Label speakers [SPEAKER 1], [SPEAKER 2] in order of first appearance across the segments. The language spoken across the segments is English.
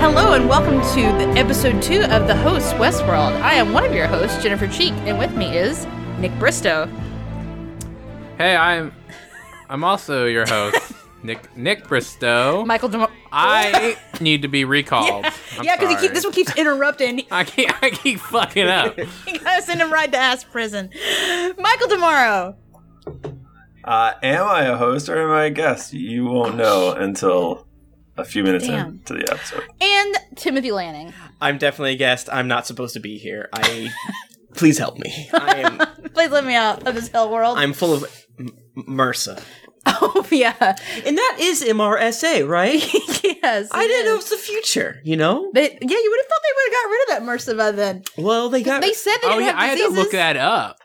[SPEAKER 1] Hello and welcome to the episode two of the host Westworld. I am one of your hosts, Jennifer Cheek, and with me is Nick Bristow.
[SPEAKER 2] Hey, I'm I'm also your host, Nick Nick Bristow.
[SPEAKER 1] Michael, Dem-
[SPEAKER 2] I need to be recalled. I'm
[SPEAKER 1] yeah, because
[SPEAKER 2] sorry.
[SPEAKER 1] this one keeps interrupting.
[SPEAKER 2] I keep I keep fucking up. Oh,
[SPEAKER 1] You gotta send him right to ass prison. Michael Demaro.
[SPEAKER 3] Uh, am I a host or am I a guest? You won't know until a few minutes
[SPEAKER 1] Damn.
[SPEAKER 3] into the episode.
[SPEAKER 1] and Timothy Lanning.
[SPEAKER 4] I'm definitely a guest. I'm not supposed to be here. I please help me. I am
[SPEAKER 1] Please let me out of this hell world.
[SPEAKER 4] I'm full of m- MRSA.
[SPEAKER 1] oh yeah,
[SPEAKER 4] And that is MRSA, right?
[SPEAKER 1] yes.
[SPEAKER 4] I didn't know it was
[SPEAKER 1] yes.
[SPEAKER 4] the future, you know?
[SPEAKER 1] They, yeah, you would have thought they would have got rid of that MRSA by then.
[SPEAKER 4] Well, they got
[SPEAKER 1] They said they
[SPEAKER 2] Oh
[SPEAKER 1] didn't
[SPEAKER 2] yeah,
[SPEAKER 1] have
[SPEAKER 2] I had to
[SPEAKER 1] diseases.
[SPEAKER 2] look that up.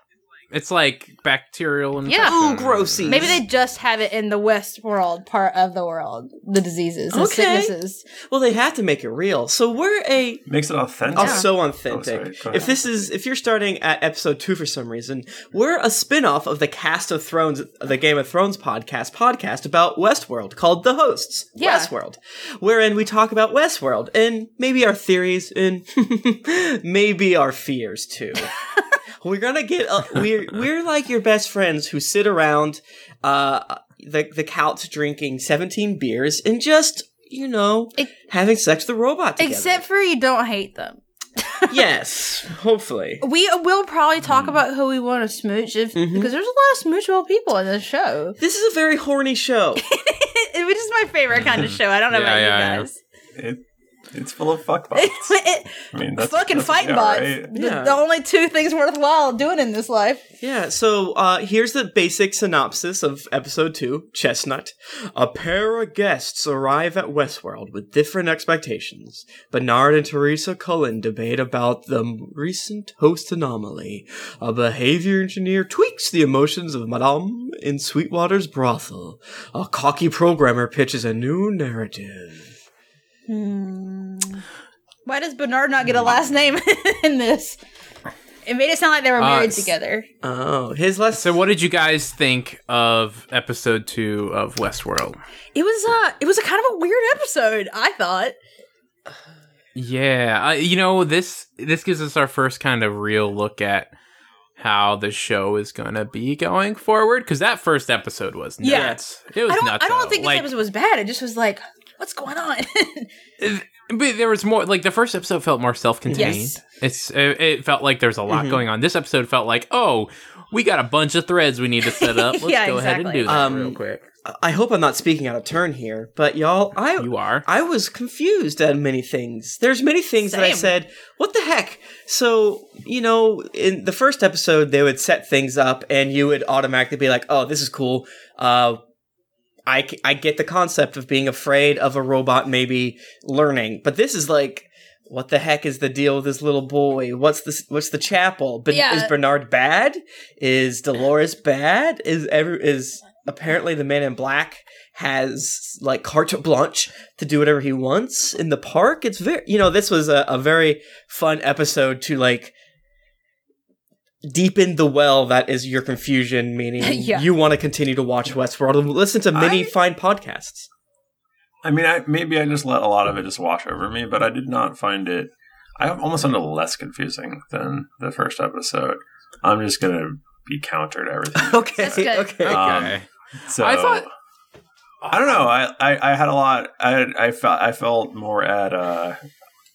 [SPEAKER 2] It's like bacterial and
[SPEAKER 1] Yeah.
[SPEAKER 4] Ooh, grossies.
[SPEAKER 1] Maybe they just have it in the West world part of the world, the diseases, the
[SPEAKER 4] Okay.
[SPEAKER 1] sicknesses.
[SPEAKER 4] Well, they had to make it real. So we're a
[SPEAKER 3] Makes it authentic.
[SPEAKER 4] Oh, so
[SPEAKER 3] Oh,
[SPEAKER 4] authentic.
[SPEAKER 3] sorry. Go
[SPEAKER 4] if
[SPEAKER 3] ahead.
[SPEAKER 4] this is if you're starting at episode 2 for some reason, we're a spin-off of the Cast of Thrones the Game of Thrones podcast podcast about Westworld called The Hosts.
[SPEAKER 1] Yeah.
[SPEAKER 4] Westworld. Wherein we talk about Westworld and maybe our theories and maybe our fears too. we're going to get a, we're we're like your best friends who sit around uh the the couch drinking 17 beers and just you know,
[SPEAKER 1] Ex-
[SPEAKER 4] having sex with the robot together.
[SPEAKER 1] Except for you don't hate them.
[SPEAKER 4] yes, hopefully.
[SPEAKER 1] We will probably talk about who we want to smooch if, because there's a lot of smoochable people in this show.
[SPEAKER 4] This is a very horny show.
[SPEAKER 1] It was just my favorite kind of show. I don't know
[SPEAKER 2] Yeah,
[SPEAKER 1] about
[SPEAKER 2] yeah, yeah.
[SPEAKER 1] you guys.
[SPEAKER 3] It, it's full of fuck bots.
[SPEAKER 1] It-
[SPEAKER 3] I mean, that's,
[SPEAKER 1] fucking
[SPEAKER 3] that's-
[SPEAKER 1] fight
[SPEAKER 3] yeah,
[SPEAKER 1] bots.
[SPEAKER 3] right?
[SPEAKER 1] The,
[SPEAKER 4] Yeah.
[SPEAKER 1] the only two things worthwhile doing in this life.
[SPEAKER 4] yeah, so uh, here's the basic synopsis of episode two Chestnut. A pair of guests arrive at Westworld with different expectations. Bernard and Teresa Cullen debate about the m- recent host anomaly. A behavior engineer tweaks the emotions of Madame in Sweetwater's brothel. A cocky programmer pitches a new narrative.
[SPEAKER 1] Why does Bernard not get a last name in this? It made it sound like they were
[SPEAKER 2] Uh,
[SPEAKER 1] married
[SPEAKER 2] s-
[SPEAKER 1] together.
[SPEAKER 4] Oh, his last.
[SPEAKER 2] So what did you guys think of episode two of Westworld?
[SPEAKER 1] It was uh it was a kind of a weird episode, I thought.
[SPEAKER 2] Yeah, I, you know this this gives us our first kind of real look at how the show is gonna be going forward because that first episode was
[SPEAKER 1] Yeah.
[SPEAKER 2] nuts. It was
[SPEAKER 1] I don't
[SPEAKER 2] nuts.
[SPEAKER 1] I don't think
[SPEAKER 2] like,
[SPEAKER 1] this episode was bad. It just was like, what's going on?
[SPEAKER 2] But there was more. Like the first episode felt more self-contained.
[SPEAKER 1] Yes.
[SPEAKER 2] It's it, it felt like there's a
[SPEAKER 4] Mm-hmm.
[SPEAKER 2] lot going on. This episode felt like oh, we got a bunch of threads we need to set up. Let's
[SPEAKER 1] Yeah,
[SPEAKER 2] go ahead and
[SPEAKER 1] exactly.
[SPEAKER 2] do that
[SPEAKER 4] Um,
[SPEAKER 2] real quick.
[SPEAKER 4] I hope I'm not speaking out of turn here, but y'all, I
[SPEAKER 2] You are.
[SPEAKER 4] I was confused at many things. There's many things that I
[SPEAKER 1] Same.
[SPEAKER 4] said, what the heck? So, you know, in the first episode, they would set things up and you would automatically be like, oh, this is cool. Uh, I, c- I get the concept of being afraid of a robot maybe learning, but this is like, what the heck is the deal with this little boy? What's this? What's the chapel? But
[SPEAKER 1] Yeah.
[SPEAKER 4] is Bernard bad? Is Dolores bad? Is every is apparently the Man in Black has like carte blanche to do whatever he wants in the park. It's very, you know, this was a, a very fun episode to like deepen the well that is your confusion, meaning
[SPEAKER 1] Yeah.
[SPEAKER 4] you want to continue to watch Westworld and listen to many
[SPEAKER 3] I-
[SPEAKER 4] fine podcasts.
[SPEAKER 3] I mean, I, maybe I just let a lot of it just wash over me, but I did not find it. I almost found it less confusing than the first episode. I'm just gonna be counter to everything.
[SPEAKER 4] Okay,
[SPEAKER 1] That's good.
[SPEAKER 4] okay.
[SPEAKER 3] Um,
[SPEAKER 2] Okay.
[SPEAKER 3] So
[SPEAKER 2] I thought-
[SPEAKER 3] I don't know. I, I, I had a lot. I I felt I felt more at. Uh,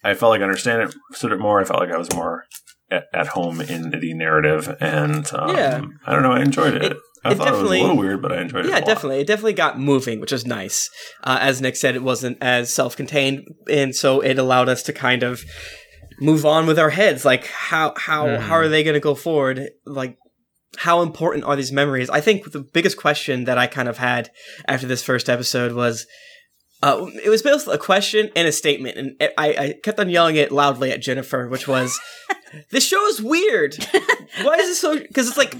[SPEAKER 3] I felt like I understand it sort of more. I felt like I was more at, at home in the narrative, and um,
[SPEAKER 4] Yeah.
[SPEAKER 3] I don't know. I enjoyed it.
[SPEAKER 4] It-
[SPEAKER 3] I
[SPEAKER 4] it
[SPEAKER 3] thought it was a
[SPEAKER 4] definitely-
[SPEAKER 3] little weird, but I enjoyed it. a
[SPEAKER 4] Yeah,
[SPEAKER 3] lot.
[SPEAKER 4] definitely. It definitely got moving, which is nice. Uh, as Nick said, it wasn't as self contained, and so it allowed us to kind of move on with our heads. Like, how how how are they going to go forward? Like, how important are these memories? I think the biggest question that I kind of had after this first episode was. Uh, it was both a question and a statement, and I, I kept on yelling it loudly at Jennifer, which was, "This show is weird. Why is it so?" Because it's like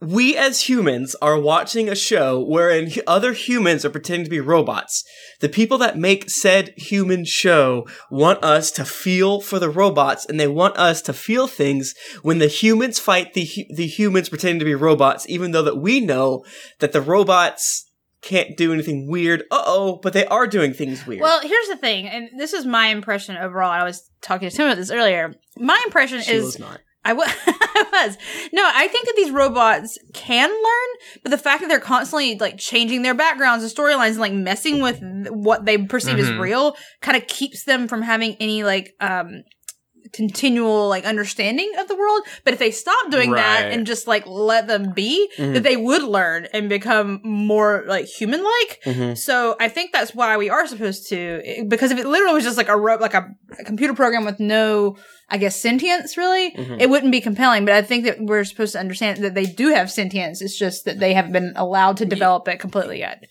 [SPEAKER 4] we as humans are watching a show wherein hu- other humans are pretending to be robots. The people that make said human show want us to feel for the robots and they want us to feel things when the humans fight the hu- the humans pretending to be robots even though that we know that the robots can't do anything weird. Uh oh, but they are doing things weird.
[SPEAKER 1] Well, here's the thing, and this is my impression overall. I was talking to Tim about this earlier. My impression
[SPEAKER 4] she
[SPEAKER 1] is
[SPEAKER 4] was not.
[SPEAKER 1] I wa- I was. No, I think that these robots can learn, but the fact that they're constantly like changing their backgrounds and storylines and like messing with th- what they perceive as
[SPEAKER 2] Mhm.
[SPEAKER 1] real kind of keeps them from having any like um continual like understanding of the world. But if they stop doing that
[SPEAKER 2] Right.
[SPEAKER 1] and just like let them be,
[SPEAKER 4] Mhm.
[SPEAKER 1] that they would learn and become more like human like.
[SPEAKER 4] Mhm.
[SPEAKER 1] So I think that's why we are supposed to, i- because if it literally was just like a ro- like a, a computer program with no, I guess, sentience really,
[SPEAKER 4] Mhm.
[SPEAKER 1] it wouldn't be compelling. But I think that we're supposed to understand that they do have sentience. It's just that they haven't been allowed to develop it completely yet.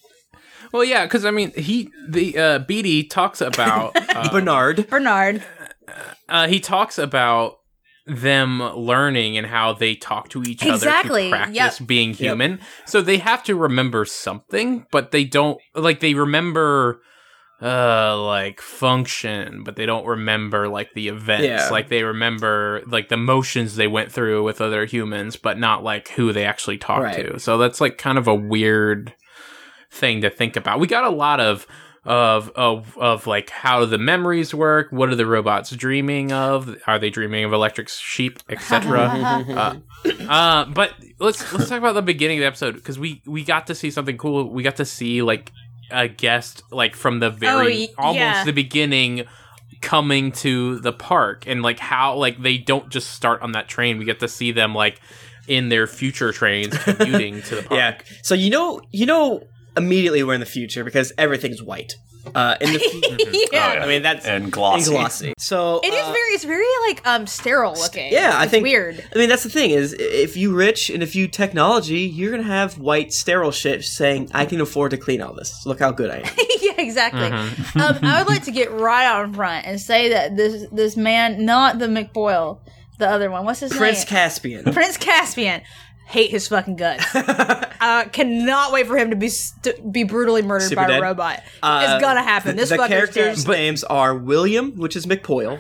[SPEAKER 2] Well, yeah, because I mean, he the uh, Beatty talks about uh,
[SPEAKER 4] Bernard.
[SPEAKER 1] Bernard,
[SPEAKER 2] Uh, he talks about them learning and how they talk to each other
[SPEAKER 1] Exactly,
[SPEAKER 2] to practice being human. So they have to remember something, but they don't like they remember uh like function, but they don't remember like the events.
[SPEAKER 4] Yeah.
[SPEAKER 2] Like they remember like the motions they went through with other humans, but not like who they actually talk
[SPEAKER 4] Right.
[SPEAKER 2] to. So that's like kind of a weird thing to think about. We got a lot of of of of like how do the memories work? What are the robots dreaming of? Are they dreaming of electric sheep, etc. uh, uh, but let's let's talk about the beginning of the episode because we we got to see something cool. We got to see like a guest like from the very
[SPEAKER 1] Oh, y-
[SPEAKER 2] almost
[SPEAKER 1] yeah.
[SPEAKER 2] the beginning coming to the park and like how like they don't just start on that train. We get to see them like in their future trains commuting to the park.
[SPEAKER 4] Yeah. So you know, you know, immediately we're in the future because everything's white. Uh, in the fu-
[SPEAKER 1] yeah.
[SPEAKER 3] Oh, yeah.
[SPEAKER 4] I mean, that's
[SPEAKER 3] and glossy.
[SPEAKER 4] and glossy. So
[SPEAKER 1] It is
[SPEAKER 4] uh,
[SPEAKER 1] very, it's very like um sterile looking.
[SPEAKER 4] Yeah, I
[SPEAKER 1] It's
[SPEAKER 4] think
[SPEAKER 1] weird.
[SPEAKER 4] I mean, that's the thing is, i- if you rich and if you technology, you're gonna have white sterile shit saying, "I can afford to clean all this. Look how good I am."
[SPEAKER 1] yeah, exactly. um, I would like to get right out in front and say that this this man, not the McBoyle, the other one. What's his
[SPEAKER 4] Prince
[SPEAKER 1] name?
[SPEAKER 4] Caspian.
[SPEAKER 1] Prince Caspian. Hate his fucking guts. uh, cannot wait for him to be st- be brutally murdered
[SPEAKER 4] Super
[SPEAKER 1] by
[SPEAKER 4] dead?
[SPEAKER 1] a robot.
[SPEAKER 4] Uh,
[SPEAKER 1] it's gonna happen. this
[SPEAKER 4] the
[SPEAKER 1] fucker's
[SPEAKER 4] characters'
[SPEAKER 1] dead.
[SPEAKER 4] names are William, which is McPoyle,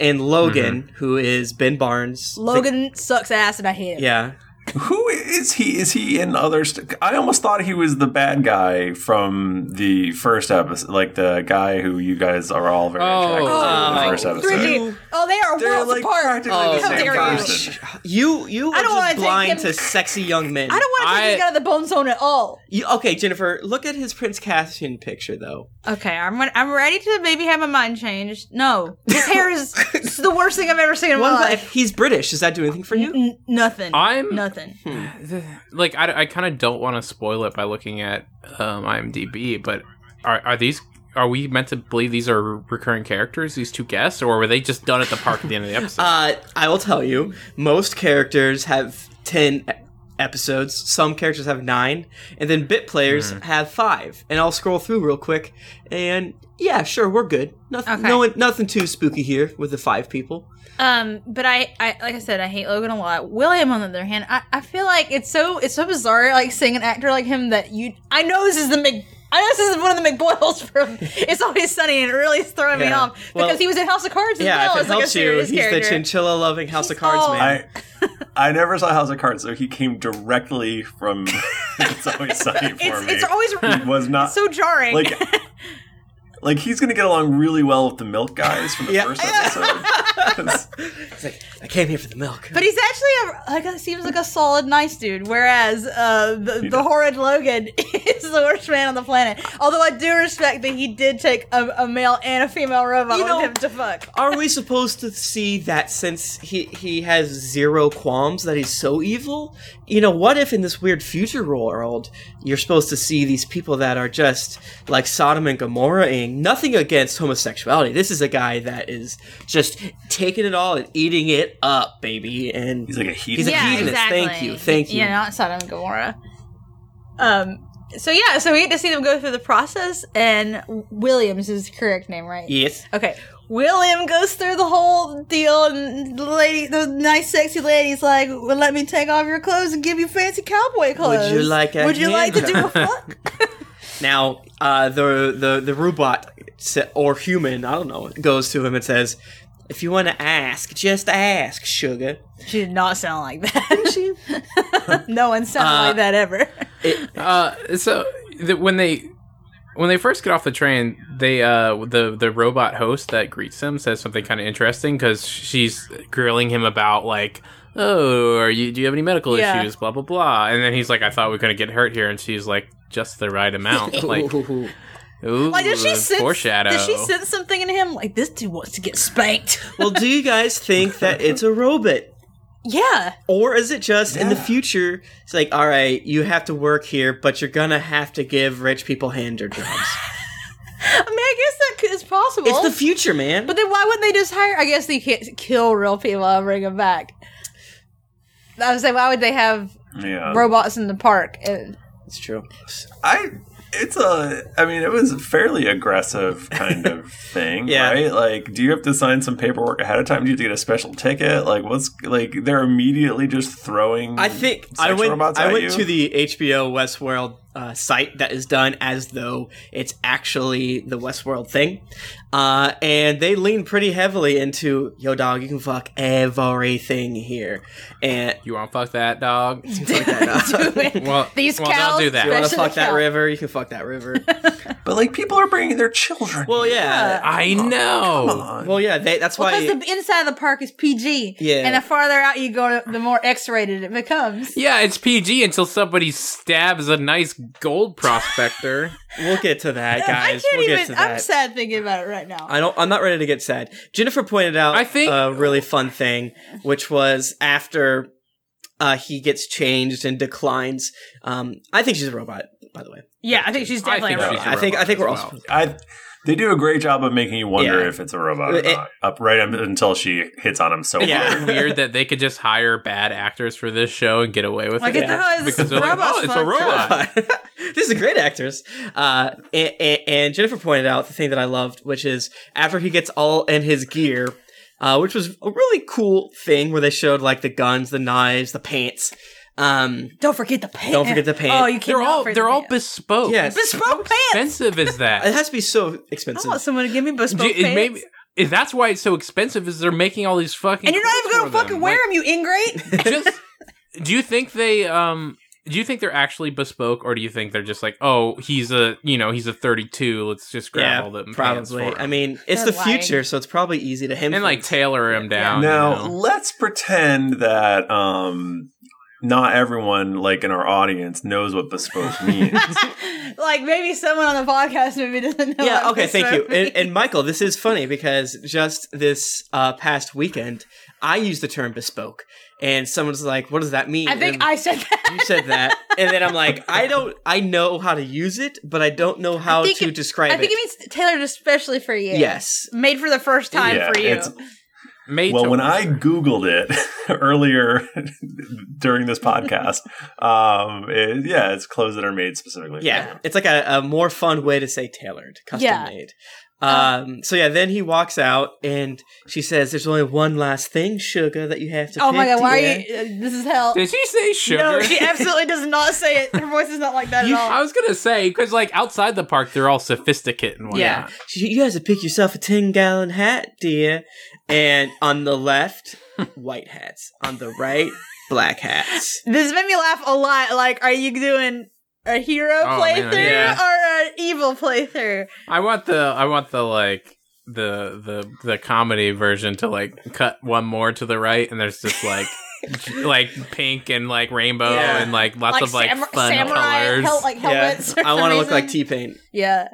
[SPEAKER 4] and Logan, who is Ben Barnes.
[SPEAKER 1] Logan sucks ass, and I hate him.
[SPEAKER 4] Yeah.
[SPEAKER 3] Who is he? Is he in other? St- I almost thought he was the bad guy from the first episode, like the guy who you guys are all very
[SPEAKER 2] Oh.
[SPEAKER 3] attracted to in
[SPEAKER 4] Oh.
[SPEAKER 3] the first episode.
[SPEAKER 1] Three D. Oh, they are
[SPEAKER 3] They're
[SPEAKER 1] worlds
[SPEAKER 3] like
[SPEAKER 1] apart.
[SPEAKER 3] practically
[SPEAKER 1] How
[SPEAKER 3] the same
[SPEAKER 1] dare you!
[SPEAKER 3] person.
[SPEAKER 4] You you are
[SPEAKER 1] I don't wanna
[SPEAKER 4] just
[SPEAKER 1] take
[SPEAKER 4] blind
[SPEAKER 1] him-
[SPEAKER 4] to sexy young men.
[SPEAKER 1] I don't want to take
[SPEAKER 2] I-
[SPEAKER 1] this guy to the bone zone at all.
[SPEAKER 4] You, okay, Jennifer, look at his Prince Caspian picture though.
[SPEAKER 1] Okay, I'm gonna, I'm ready to maybe have my mind changed. No, his hair is it's the worst thing I've ever seen in
[SPEAKER 4] What
[SPEAKER 1] my
[SPEAKER 4] about-
[SPEAKER 1] life.
[SPEAKER 4] he's British. Does that do anything for you?
[SPEAKER 1] N- nothing.
[SPEAKER 2] I'm-
[SPEAKER 1] nothing.
[SPEAKER 2] like I, I kind of don't want to spoil it by looking at um, IMDb, but are are these are we meant to believe these are recurring characters, these two guests, or were they just done at the park at the end of the episode?
[SPEAKER 4] Uh, I will tell you, most characters have 10 e- episodes, some characters have 9, and then bit players have 5. And I'll scroll through real quick and yeah, sure, we're good. Nothing
[SPEAKER 1] Okay.
[SPEAKER 4] no one, nothing too spooky here with the 5 people.
[SPEAKER 1] Um, but I, I, like I said, I hate Logan a lot. William, on the other hand, I, I feel like it's so, it's so bizarre, like seeing an actor like him that you, I know this is the Mc, I know this is one of the McBoyles from It's Always Sunny, and it really is throwing me
[SPEAKER 4] Yeah.
[SPEAKER 1] off because
[SPEAKER 4] Well,
[SPEAKER 1] he was in House of Cards as
[SPEAKER 4] Yeah,
[SPEAKER 1] well
[SPEAKER 4] if it
[SPEAKER 1] as like a
[SPEAKER 4] helps you,
[SPEAKER 1] serious
[SPEAKER 4] he's the
[SPEAKER 1] character.
[SPEAKER 4] chinchilla loving House of
[SPEAKER 1] He's
[SPEAKER 4] Cards
[SPEAKER 1] all-
[SPEAKER 4] man.
[SPEAKER 3] I I never saw House of Cards, so he came directly from It's Always Sunny for
[SPEAKER 1] it's,
[SPEAKER 3] me.
[SPEAKER 1] it's always
[SPEAKER 3] It was not
[SPEAKER 1] so jarring.
[SPEAKER 3] like like he's gonna get along really well with the milk guys from the
[SPEAKER 4] Yeah.
[SPEAKER 3] first episode.
[SPEAKER 4] It's like, I came here for the milk.
[SPEAKER 1] but he's actually a, like a, seems like a solid nice dude, whereas uh, the, the
[SPEAKER 3] does.
[SPEAKER 1] horrid Logan is the worst man on the planet. Although I do respect that he did take a, a male and a female robot
[SPEAKER 4] You know-
[SPEAKER 1] with him to fuck.
[SPEAKER 4] Are we supposed to see that since he he has zero qualms that he's so evil? You know, what if in this weird future world you're supposed to see these people that are just like Sodom and Gomorrahing? Nothing against homosexuality. This is a guy that is just taking it all and eating it up, baby. And
[SPEAKER 3] He's like a heathen.
[SPEAKER 4] He's a
[SPEAKER 1] yeah,
[SPEAKER 4] hedonist.
[SPEAKER 1] Exactly.
[SPEAKER 4] Thank you. Thank you.
[SPEAKER 1] Yeah, not Sodom and Gomorrah. Um. So yeah, so we get to see them go through the process, and Williams is the correct name, right?
[SPEAKER 4] yes,
[SPEAKER 1] Okay. William goes through the whole deal, and the lady, the nice, sexy lady's like, "Well, let me take off your clothes and give you fancy cowboy clothes.
[SPEAKER 4] you like a
[SPEAKER 1] Would you like to do a
[SPEAKER 4] hand
[SPEAKER 1] fuck?
[SPEAKER 4] Now, uh, the the the robot sa- or human, I don't know, goes to him and says, "If you want to ask, just ask, sugar."
[SPEAKER 1] she did not sound like that. no one sounded
[SPEAKER 4] Uh,
[SPEAKER 1] like that ever.
[SPEAKER 2] Uh, so the, when they when they first get off the train, they uh the the robot host that greets them says something kind of interesting because she's grilling him about like. Oh, are you? Do you have any medical
[SPEAKER 1] Yeah.
[SPEAKER 2] issues? Blah blah blah. And then he's like, "I thought we were gonna get hurt here," and she's like, "Just the right amount." Like,
[SPEAKER 4] Ooh.
[SPEAKER 2] ooh,
[SPEAKER 1] Like, does she sense?
[SPEAKER 2] foreshadow?
[SPEAKER 1] Does she sense something in him? Like this dude wants to get spanked.
[SPEAKER 4] well, do you guys think that it's a robot?
[SPEAKER 1] yeah.
[SPEAKER 4] Or is it just in the
[SPEAKER 3] Yeah.
[SPEAKER 4] future? It's like, all right, you have to work here, but you're gonna have to give rich people hander jobs.
[SPEAKER 1] I mean, I guess that could- is possible.
[SPEAKER 4] it's the future, man.
[SPEAKER 1] but then why wouldn't they just hire? I guess they can't kill real people and bring them back. I would say, why would they have
[SPEAKER 3] Yeah.
[SPEAKER 4] Oh.
[SPEAKER 1] robots in the park? And
[SPEAKER 4] it's true.
[SPEAKER 3] I it's a I mean it was a fairly aggressive kind of thing,
[SPEAKER 4] Yeah.
[SPEAKER 3] right? Like do you have to sign some paperwork ahead of time? Do you have to get a special ticket? Like what's like they're immediately just throwing
[SPEAKER 4] I think
[SPEAKER 3] sex
[SPEAKER 4] I went.
[SPEAKER 3] robots
[SPEAKER 4] I
[SPEAKER 3] Um, at
[SPEAKER 4] went
[SPEAKER 3] you?
[SPEAKER 4] to the HBO Westworld uh, site that is done as though it's actually the Westworld thing, uh, and they lean pretty heavily into "Yo, dog, you can fuck everything here," and
[SPEAKER 2] You want to fuck that dog?
[SPEAKER 4] like that, dog.
[SPEAKER 1] do it.
[SPEAKER 2] Well,
[SPEAKER 1] These
[SPEAKER 2] well, don't
[SPEAKER 1] cows-
[SPEAKER 2] do
[SPEAKER 4] you want
[SPEAKER 2] that.
[SPEAKER 1] Especially
[SPEAKER 4] to fuck that
[SPEAKER 1] cow.
[SPEAKER 4] river? You can fuck that river.
[SPEAKER 3] But like people are bringing their children.
[SPEAKER 4] Well, yeah.
[SPEAKER 2] I know.
[SPEAKER 3] Come on.
[SPEAKER 4] Well, yeah. They, that's why.
[SPEAKER 1] Because the inside of the park is PG.
[SPEAKER 4] Yeah.
[SPEAKER 1] And the farther out you go, the more X rated it becomes.
[SPEAKER 2] Yeah, it's PG until somebody stabs a nice gold prospector.
[SPEAKER 4] We'll get to that, guys.
[SPEAKER 1] I can't
[SPEAKER 4] we'll get
[SPEAKER 1] even.
[SPEAKER 4] to that.
[SPEAKER 1] I'm sad thinking about it right now.
[SPEAKER 4] I don't. I'm not ready to get sad. Jennifer pointed out.
[SPEAKER 2] I think-
[SPEAKER 4] a really fun thing, which was after uh, he gets changed and declines. Um, I think she's a robot, by the way.
[SPEAKER 1] yeah, I think she's
[SPEAKER 2] I
[SPEAKER 1] definitely.
[SPEAKER 2] think
[SPEAKER 1] a
[SPEAKER 2] she's
[SPEAKER 1] robot.
[SPEAKER 2] a
[SPEAKER 4] I think. I
[SPEAKER 2] robot
[SPEAKER 4] think we're
[SPEAKER 2] as
[SPEAKER 4] all.
[SPEAKER 2] well.
[SPEAKER 3] I they do a great job of making you wonder
[SPEAKER 4] Yeah.
[SPEAKER 3] if it's a robot or
[SPEAKER 4] It-
[SPEAKER 3] not. Up right un- until she hits on him so
[SPEAKER 4] Yeah.
[SPEAKER 3] hard.
[SPEAKER 2] It's weird that they could just hire bad actors for this show and get away with
[SPEAKER 1] Like,
[SPEAKER 2] it.
[SPEAKER 1] it does.
[SPEAKER 2] Because they're like,
[SPEAKER 1] Robots
[SPEAKER 2] oh, it's a
[SPEAKER 1] fuck
[SPEAKER 2] robot.
[SPEAKER 4] this is a great actress. Uh, and, and, and Jennifer pointed out the thing that I loved, which is after he gets all in his gear, uh, which was a really cool thing where they showed like the guns, the knives, the pants. Um,
[SPEAKER 1] Don't forget the pants.
[SPEAKER 4] Don't forget the pants.
[SPEAKER 1] Oh, you can't.
[SPEAKER 2] They're all
[SPEAKER 1] forget
[SPEAKER 2] they're
[SPEAKER 1] the
[SPEAKER 2] all
[SPEAKER 1] pants.
[SPEAKER 2] bespoke.
[SPEAKER 4] yes,
[SPEAKER 1] bespoke
[SPEAKER 2] How
[SPEAKER 1] pants.
[SPEAKER 2] expensive is
[SPEAKER 4] it
[SPEAKER 2] that?
[SPEAKER 4] has to be so
[SPEAKER 1] I
[SPEAKER 4] expensive.
[SPEAKER 2] Oh,
[SPEAKER 1] want someone to give me bespoke
[SPEAKER 2] Do-
[SPEAKER 1] pants.
[SPEAKER 2] it maybe if that's why it's so expensive is they're making all these fucking
[SPEAKER 1] and you're not even
[SPEAKER 2] clothes
[SPEAKER 1] gonna
[SPEAKER 2] for them.
[SPEAKER 1] fucking wear them, you ingrate.
[SPEAKER 2] Like, just do you think they um do you think they're actually bespoke or do you think they're just like oh he's a you know he's a 32 let's just grab all the pants for
[SPEAKER 4] probably.
[SPEAKER 2] him.
[SPEAKER 4] I mean, it's
[SPEAKER 1] They're
[SPEAKER 4] the
[SPEAKER 1] lying.
[SPEAKER 4] future, so it's probably easy to him.
[SPEAKER 2] and like tailor him down
[SPEAKER 3] Now,
[SPEAKER 2] you know?
[SPEAKER 3] let's pretend that um, not everyone, like in our audience, knows what bespoke means.
[SPEAKER 1] like maybe someone on the podcast maybe doesn't know.
[SPEAKER 4] yeah,
[SPEAKER 1] what
[SPEAKER 4] okay, thank you.
[SPEAKER 1] bespoke
[SPEAKER 4] And, and
[SPEAKER 1] means.
[SPEAKER 4] Michael, this is funny because just this uh, past weekend, I used the term bespoke, and someone's like, "What does that mean?"
[SPEAKER 1] I think
[SPEAKER 4] And
[SPEAKER 1] I said that.
[SPEAKER 4] you said that, and then I'm like, "I don't, I know how to use it, but I don't know how
[SPEAKER 1] think
[SPEAKER 4] to
[SPEAKER 1] it-
[SPEAKER 4] describe
[SPEAKER 1] I think
[SPEAKER 4] it."
[SPEAKER 1] it means tailored especially for you.
[SPEAKER 4] yes,
[SPEAKER 1] Made for the first time
[SPEAKER 3] Yeah,
[SPEAKER 1] for you.
[SPEAKER 3] it's-
[SPEAKER 2] Made
[SPEAKER 3] well,
[SPEAKER 2] to
[SPEAKER 3] when I
[SPEAKER 2] order.
[SPEAKER 3] Googled it earlier during this podcast, um, it, yeah, it's clothes that are made specifically. for
[SPEAKER 4] yeah,
[SPEAKER 3] you.
[SPEAKER 4] it's like a, a more fun way to say tailored, custom
[SPEAKER 1] Yeah. Uh-huh.
[SPEAKER 4] made. Um, so yeah, then he walks out, and she says, "There's only one last thing, sugar, that you have to."
[SPEAKER 1] Oh my
[SPEAKER 4] pick
[SPEAKER 1] god, why
[SPEAKER 4] dear."
[SPEAKER 1] are you? Uh, this is hell.
[SPEAKER 2] did she say sugar?
[SPEAKER 1] No, she absolutely does not say it. Her voice is not like that
[SPEAKER 4] You-
[SPEAKER 1] at all.
[SPEAKER 2] I was gonna say because like outside the park, they're all sophisticated and whatnot.
[SPEAKER 4] Yeah. She, you guys have picked yourself a 10 gallon hat, dear. And on the left, white hats. On the right, black hats.
[SPEAKER 1] This made me laugh a lot. Like, are you doing a hero
[SPEAKER 2] Oh, man,
[SPEAKER 1] playthrough
[SPEAKER 2] yeah.
[SPEAKER 1] or an evil playthrough?
[SPEAKER 2] I want the I want the like the the the comedy version to like cut one more to the right, and there's just like like pink and like rainbow
[SPEAKER 4] Yeah.
[SPEAKER 2] and like lots of like
[SPEAKER 1] samu-
[SPEAKER 2] fun colors.
[SPEAKER 1] hel- like helmets.
[SPEAKER 4] I
[SPEAKER 1] want to
[SPEAKER 4] look like T Pain.
[SPEAKER 1] Yeah.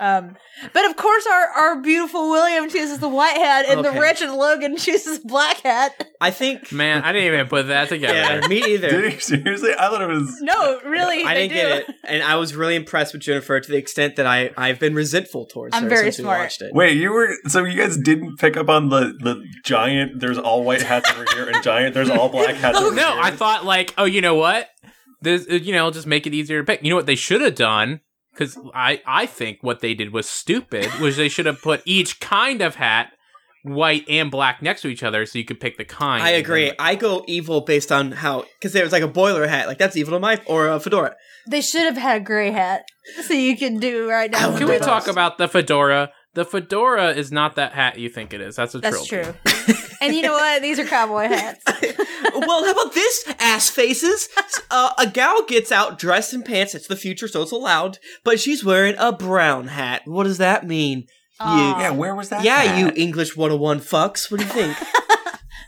[SPEAKER 1] Um, but of course, our, our beautiful William chooses the white hat, and
[SPEAKER 4] Okay.
[SPEAKER 1] the wretched Logan chooses black hat.
[SPEAKER 4] I think.
[SPEAKER 2] Man, I didn't even put that together.
[SPEAKER 4] Yeah, me either.
[SPEAKER 3] Did you seriously? I thought it was.
[SPEAKER 1] No, really,
[SPEAKER 4] I
[SPEAKER 1] they
[SPEAKER 4] didn't
[SPEAKER 1] do.
[SPEAKER 4] get it. And I was really impressed with Jennifer to the extent that I, I've been resentful towards
[SPEAKER 1] I'm
[SPEAKER 4] her
[SPEAKER 1] very
[SPEAKER 4] since
[SPEAKER 1] smart.
[SPEAKER 4] we watched it.
[SPEAKER 3] Wait, you were so you guys didn't pick up on the the giant? There's all white hats over here, and giant. There's all black hats. over
[SPEAKER 2] No,
[SPEAKER 3] here.
[SPEAKER 2] I thought like, oh, you know what? This uh, you know, just make it easier to pick. You know what they should have done? Because I I think what they did was stupid. Was they should have put each kind of hat, white and black, next to each other, so you could pick the kind.
[SPEAKER 4] I agree. I go evil based on how, because there was like a boiler hat, like that's evil to my, or a fedora.
[SPEAKER 1] They should have had a gray hat, so you could do right now.
[SPEAKER 4] I
[SPEAKER 2] Can we
[SPEAKER 4] Fedora.
[SPEAKER 2] talk about the fedora? The fedora is not that hat you think it is. That's a
[SPEAKER 1] That's
[SPEAKER 2] trilby.
[SPEAKER 1] true. and you know what? These are cowboy hats.
[SPEAKER 4] well, how about this, ass faces? Uh, a gal gets out dressed in pants. It's the future, so it's allowed. But she's wearing a brown hat. What does that mean?
[SPEAKER 1] Aw.
[SPEAKER 3] Yeah, where was that?
[SPEAKER 4] Yeah, you
[SPEAKER 3] at?
[SPEAKER 4] English 101 fucks. What do you think?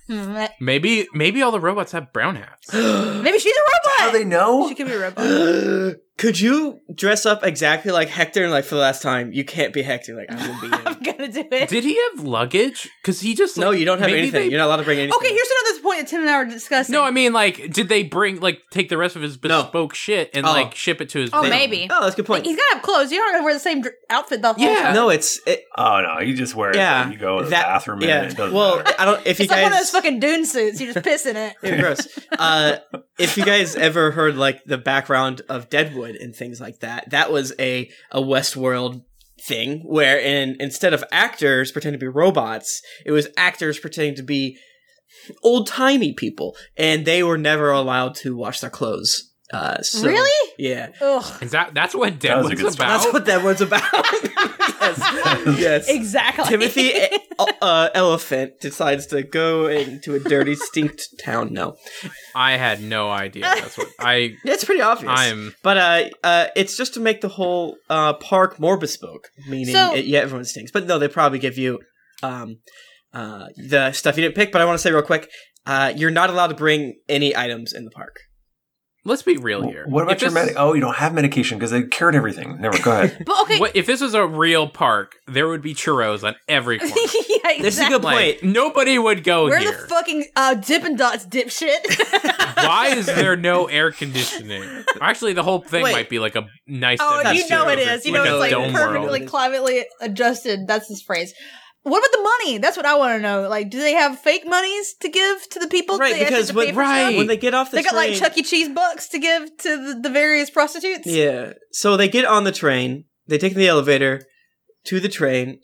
[SPEAKER 1] Hmm,
[SPEAKER 2] Maybe maybe all the robots have brown hats.
[SPEAKER 1] Maybe she's a
[SPEAKER 3] How
[SPEAKER 1] robot.
[SPEAKER 3] they know?
[SPEAKER 1] She could be a robot.
[SPEAKER 4] Could you dress up exactly like Hector and like for the last time? You can't be Hector. Like I will be.
[SPEAKER 1] I'm gonna do it.
[SPEAKER 2] Did he have luggage? Because he just
[SPEAKER 4] no, you don't have
[SPEAKER 2] maybe
[SPEAKER 4] anything.
[SPEAKER 2] they-
[SPEAKER 4] You're not allowed to bring anything.
[SPEAKER 1] Okay, here's another point that Tim and I were discussing.
[SPEAKER 2] no, I mean like, did they bring like take the rest of his
[SPEAKER 4] No.
[SPEAKER 2] bespoke shit and
[SPEAKER 4] Oh.
[SPEAKER 2] like ship it to his?
[SPEAKER 1] oh,
[SPEAKER 2] room?
[SPEAKER 1] maybe.
[SPEAKER 4] Oh, that's a good point.
[SPEAKER 1] He's gotta have clothes. You don't have to wear the same dr- outfit the whole
[SPEAKER 2] Yeah.
[SPEAKER 1] time.
[SPEAKER 4] No, it's it,
[SPEAKER 3] Oh no, you just wear it.
[SPEAKER 4] yeah.
[SPEAKER 3] Yeah, you go to the
[SPEAKER 4] That-
[SPEAKER 3] bathroom.
[SPEAKER 4] Yeah.
[SPEAKER 3] and it doesn't
[SPEAKER 4] well,
[SPEAKER 3] matter.
[SPEAKER 4] I don't. If
[SPEAKER 1] It's
[SPEAKER 4] you
[SPEAKER 1] like
[SPEAKER 4] guys,
[SPEAKER 1] one of those fucking dune suits. You just piss in it.
[SPEAKER 4] Ew, gross. Uh, if you guys ever heard like the background of Deadwood and things like that, that was a a Westworld thing where in instead of actors pretending to be robots, it was actors pretending to be old timey people, and they were never allowed to wash their clothes. Uh, so,
[SPEAKER 1] Really?
[SPEAKER 4] Yeah,
[SPEAKER 1] Ugh.
[SPEAKER 2] Is that that's what
[SPEAKER 3] That was a
[SPEAKER 2] Deadwood's
[SPEAKER 3] good spot.
[SPEAKER 2] about?
[SPEAKER 4] that's what that word's about. yes, yes.
[SPEAKER 1] Exactly.
[SPEAKER 4] Timothy uh, Elephant decides to go into a dirty, stinked town. No,
[SPEAKER 2] I had no idea. That's what I
[SPEAKER 4] it's pretty obvious.
[SPEAKER 2] I'm.
[SPEAKER 4] But uh, uh, it's just to make the whole uh, park more bespoke, meaning
[SPEAKER 1] So-
[SPEAKER 4] it, yeah, everyone stinks. But no, they probably give you um, uh, the stuff you didn't pick. But I want to say real quick, uh, you're not allowed to bring any items in the park.
[SPEAKER 2] Let's be real here.
[SPEAKER 3] what about
[SPEAKER 2] If
[SPEAKER 3] your
[SPEAKER 2] this-
[SPEAKER 3] medic? Oh, you don't have medication because they cured everything. Never. Go ahead.
[SPEAKER 1] But okay.
[SPEAKER 2] What, if this was a real park, there would be churros on every corner.
[SPEAKER 1] yeah, exactly.
[SPEAKER 4] This is a good
[SPEAKER 2] Like
[SPEAKER 4] point.
[SPEAKER 2] nobody would go
[SPEAKER 1] Where
[SPEAKER 2] here.
[SPEAKER 1] the fucking uh, Dippin' Dots, dipshit?
[SPEAKER 2] Why is there no air conditioning? Actually, the whole thing
[SPEAKER 4] Wait.
[SPEAKER 2] might be like a nice.
[SPEAKER 1] oh,
[SPEAKER 4] That's
[SPEAKER 1] you know
[SPEAKER 4] true.
[SPEAKER 1] it is. You
[SPEAKER 4] Like
[SPEAKER 1] know
[SPEAKER 4] a
[SPEAKER 1] it's
[SPEAKER 4] dome
[SPEAKER 1] like perfectly
[SPEAKER 4] world.
[SPEAKER 1] climately adjusted. That's his phrase. What about the money? That's what I want to know. Like, do they have fake monies to give to the people?
[SPEAKER 4] Right,
[SPEAKER 1] they actually
[SPEAKER 4] because
[SPEAKER 1] have to
[SPEAKER 4] when-
[SPEAKER 1] pay for stuff?
[SPEAKER 2] right.
[SPEAKER 4] When they get off the
[SPEAKER 1] they got
[SPEAKER 4] train,
[SPEAKER 1] like Chuck E. Cheese bucks to give to the, the various prostitutes.
[SPEAKER 4] yeah. So they get on the train. They take the elevator to the train.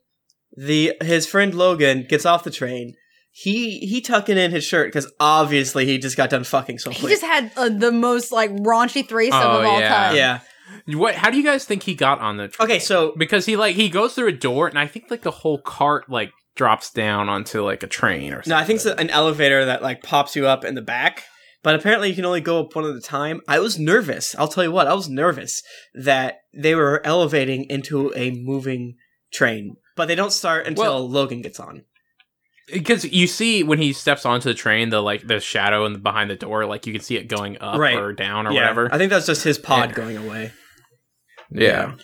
[SPEAKER 4] The his friend Logan gets off the train. He he tucking in his shirt because obviously he just got done fucking so
[SPEAKER 1] He just had uh, the most like raunchy threesome
[SPEAKER 2] Oh,
[SPEAKER 1] of all
[SPEAKER 2] yeah.
[SPEAKER 1] time.
[SPEAKER 4] yeah.
[SPEAKER 2] What? How do you guys think he got on the? Train?
[SPEAKER 4] Okay, so
[SPEAKER 2] Because he like he goes through a door, and I think like the whole cart like drops down onto like a train or something.
[SPEAKER 4] No, I think it's an elevator that like pops you up in the back. But apparently, you can only go up one at a time. I was nervous. I'll tell you what, I was nervous that they were elevating into a moving train. But they don't start until
[SPEAKER 2] Well-
[SPEAKER 4] Logan gets on.
[SPEAKER 2] because you see when he steps onto the train, the like the shadow and behind the door, like you can see it going up
[SPEAKER 4] Right.
[SPEAKER 2] or down or
[SPEAKER 4] Yeah,
[SPEAKER 2] whatever.
[SPEAKER 4] I think that's just his pod
[SPEAKER 2] Yeah.
[SPEAKER 4] going away.
[SPEAKER 2] yeah.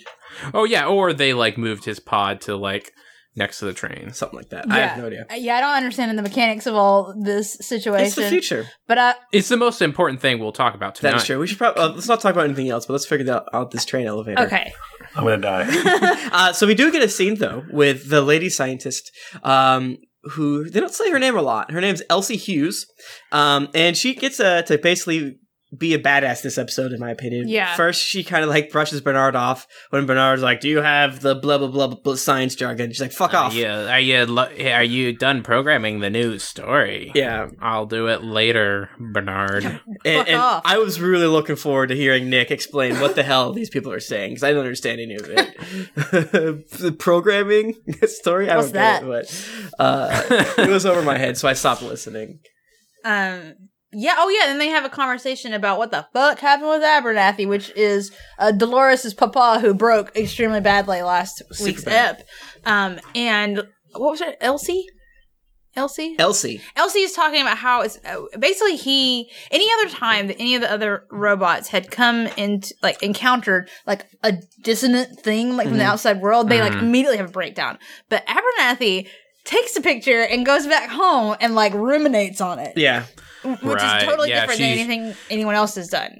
[SPEAKER 2] Oh yeah, or they like moved his pod to like next to the train.
[SPEAKER 4] Something like that. I
[SPEAKER 1] Yeah.
[SPEAKER 4] have no idea.
[SPEAKER 1] Uh, Yeah, I don't understand the mechanics of all this situation.
[SPEAKER 4] It's the future.
[SPEAKER 1] But uh, I,
[SPEAKER 2] It's the most important thing we'll talk about tonight.
[SPEAKER 4] That is true. We should probably uh, let's not talk about anything else, but let's figure that out this train elevator.
[SPEAKER 1] okay.
[SPEAKER 3] I'm gonna die.
[SPEAKER 4] Uh, so we do get a scene though with the lady scientist, um, who they don't say her name a lot. Her name's Elsie Hughes, um, and she gets uh, to basically be a badass this episode, in my opinion.
[SPEAKER 1] Yeah.
[SPEAKER 4] First, she kind of like brushes Bernard off when Bernard's like, "Do you have the blah blah blah blah, blah science jargon?" She's like, "Fuck
[SPEAKER 2] Uh,
[SPEAKER 4] off."
[SPEAKER 2] yeah, are you lo- are you done programming the new story?
[SPEAKER 4] Yeah,
[SPEAKER 2] I'll do it later, Bernard.
[SPEAKER 4] and,
[SPEAKER 1] Fuck
[SPEAKER 4] and
[SPEAKER 1] off.
[SPEAKER 4] I was really looking forward to hearing Nick explain what the hell these people are saying because I don't understand any of it. the programming story, I
[SPEAKER 1] What's
[SPEAKER 4] don't get it, but uh, it was over my head, so I stopped listening.
[SPEAKER 1] Um. Yeah. Oh, yeah. And they have a conversation about what the fuck happened with Abernathy, which is uh, Dolores's papa who broke extremely badly last
[SPEAKER 4] Super
[SPEAKER 1] week's
[SPEAKER 4] bad.
[SPEAKER 1] ep. Um. And what was it? Elsie. Elsie.
[SPEAKER 4] Elsie.
[SPEAKER 1] Elsie is talking about how it's uh, basically he any other time that any of the other robots had come into like encountered like a dissonant thing like from the outside world, they like
[SPEAKER 2] Mhm.
[SPEAKER 1] immediately have a breakdown. But Abernathy takes a picture and goes back home and like ruminates on it,
[SPEAKER 4] Yeah.
[SPEAKER 1] which
[SPEAKER 2] Right,
[SPEAKER 1] is totally
[SPEAKER 2] yeah,
[SPEAKER 1] different than
[SPEAKER 2] she's-
[SPEAKER 1] anything anyone else has done.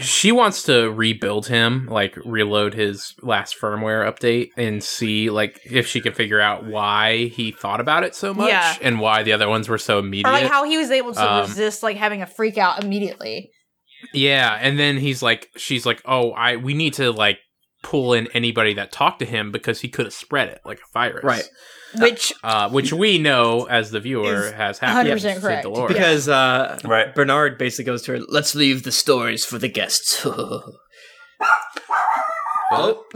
[SPEAKER 2] she wants to rebuild him, like reload his last firmware update and see like if she can figure out why he thought about it so much
[SPEAKER 1] Yeah.
[SPEAKER 2] and why the other ones were so immediate.
[SPEAKER 1] Or like how he was able to
[SPEAKER 2] Um,
[SPEAKER 1] resist like having a freak out immediately.
[SPEAKER 2] yeah, and then he's like she's like, "Oh, I we need to like pull in anybody that talked to him because he could have spread it like a virus."
[SPEAKER 4] Right.
[SPEAKER 1] Which
[SPEAKER 2] Uh, which we know as the viewer
[SPEAKER 4] Is
[SPEAKER 2] has happened
[SPEAKER 1] 100%
[SPEAKER 2] to
[SPEAKER 1] correct.
[SPEAKER 2] Dolores.
[SPEAKER 4] Because uh,
[SPEAKER 3] right.
[SPEAKER 4] Bernard basically goes to her, let's leave the stories for the guests. oh. oh.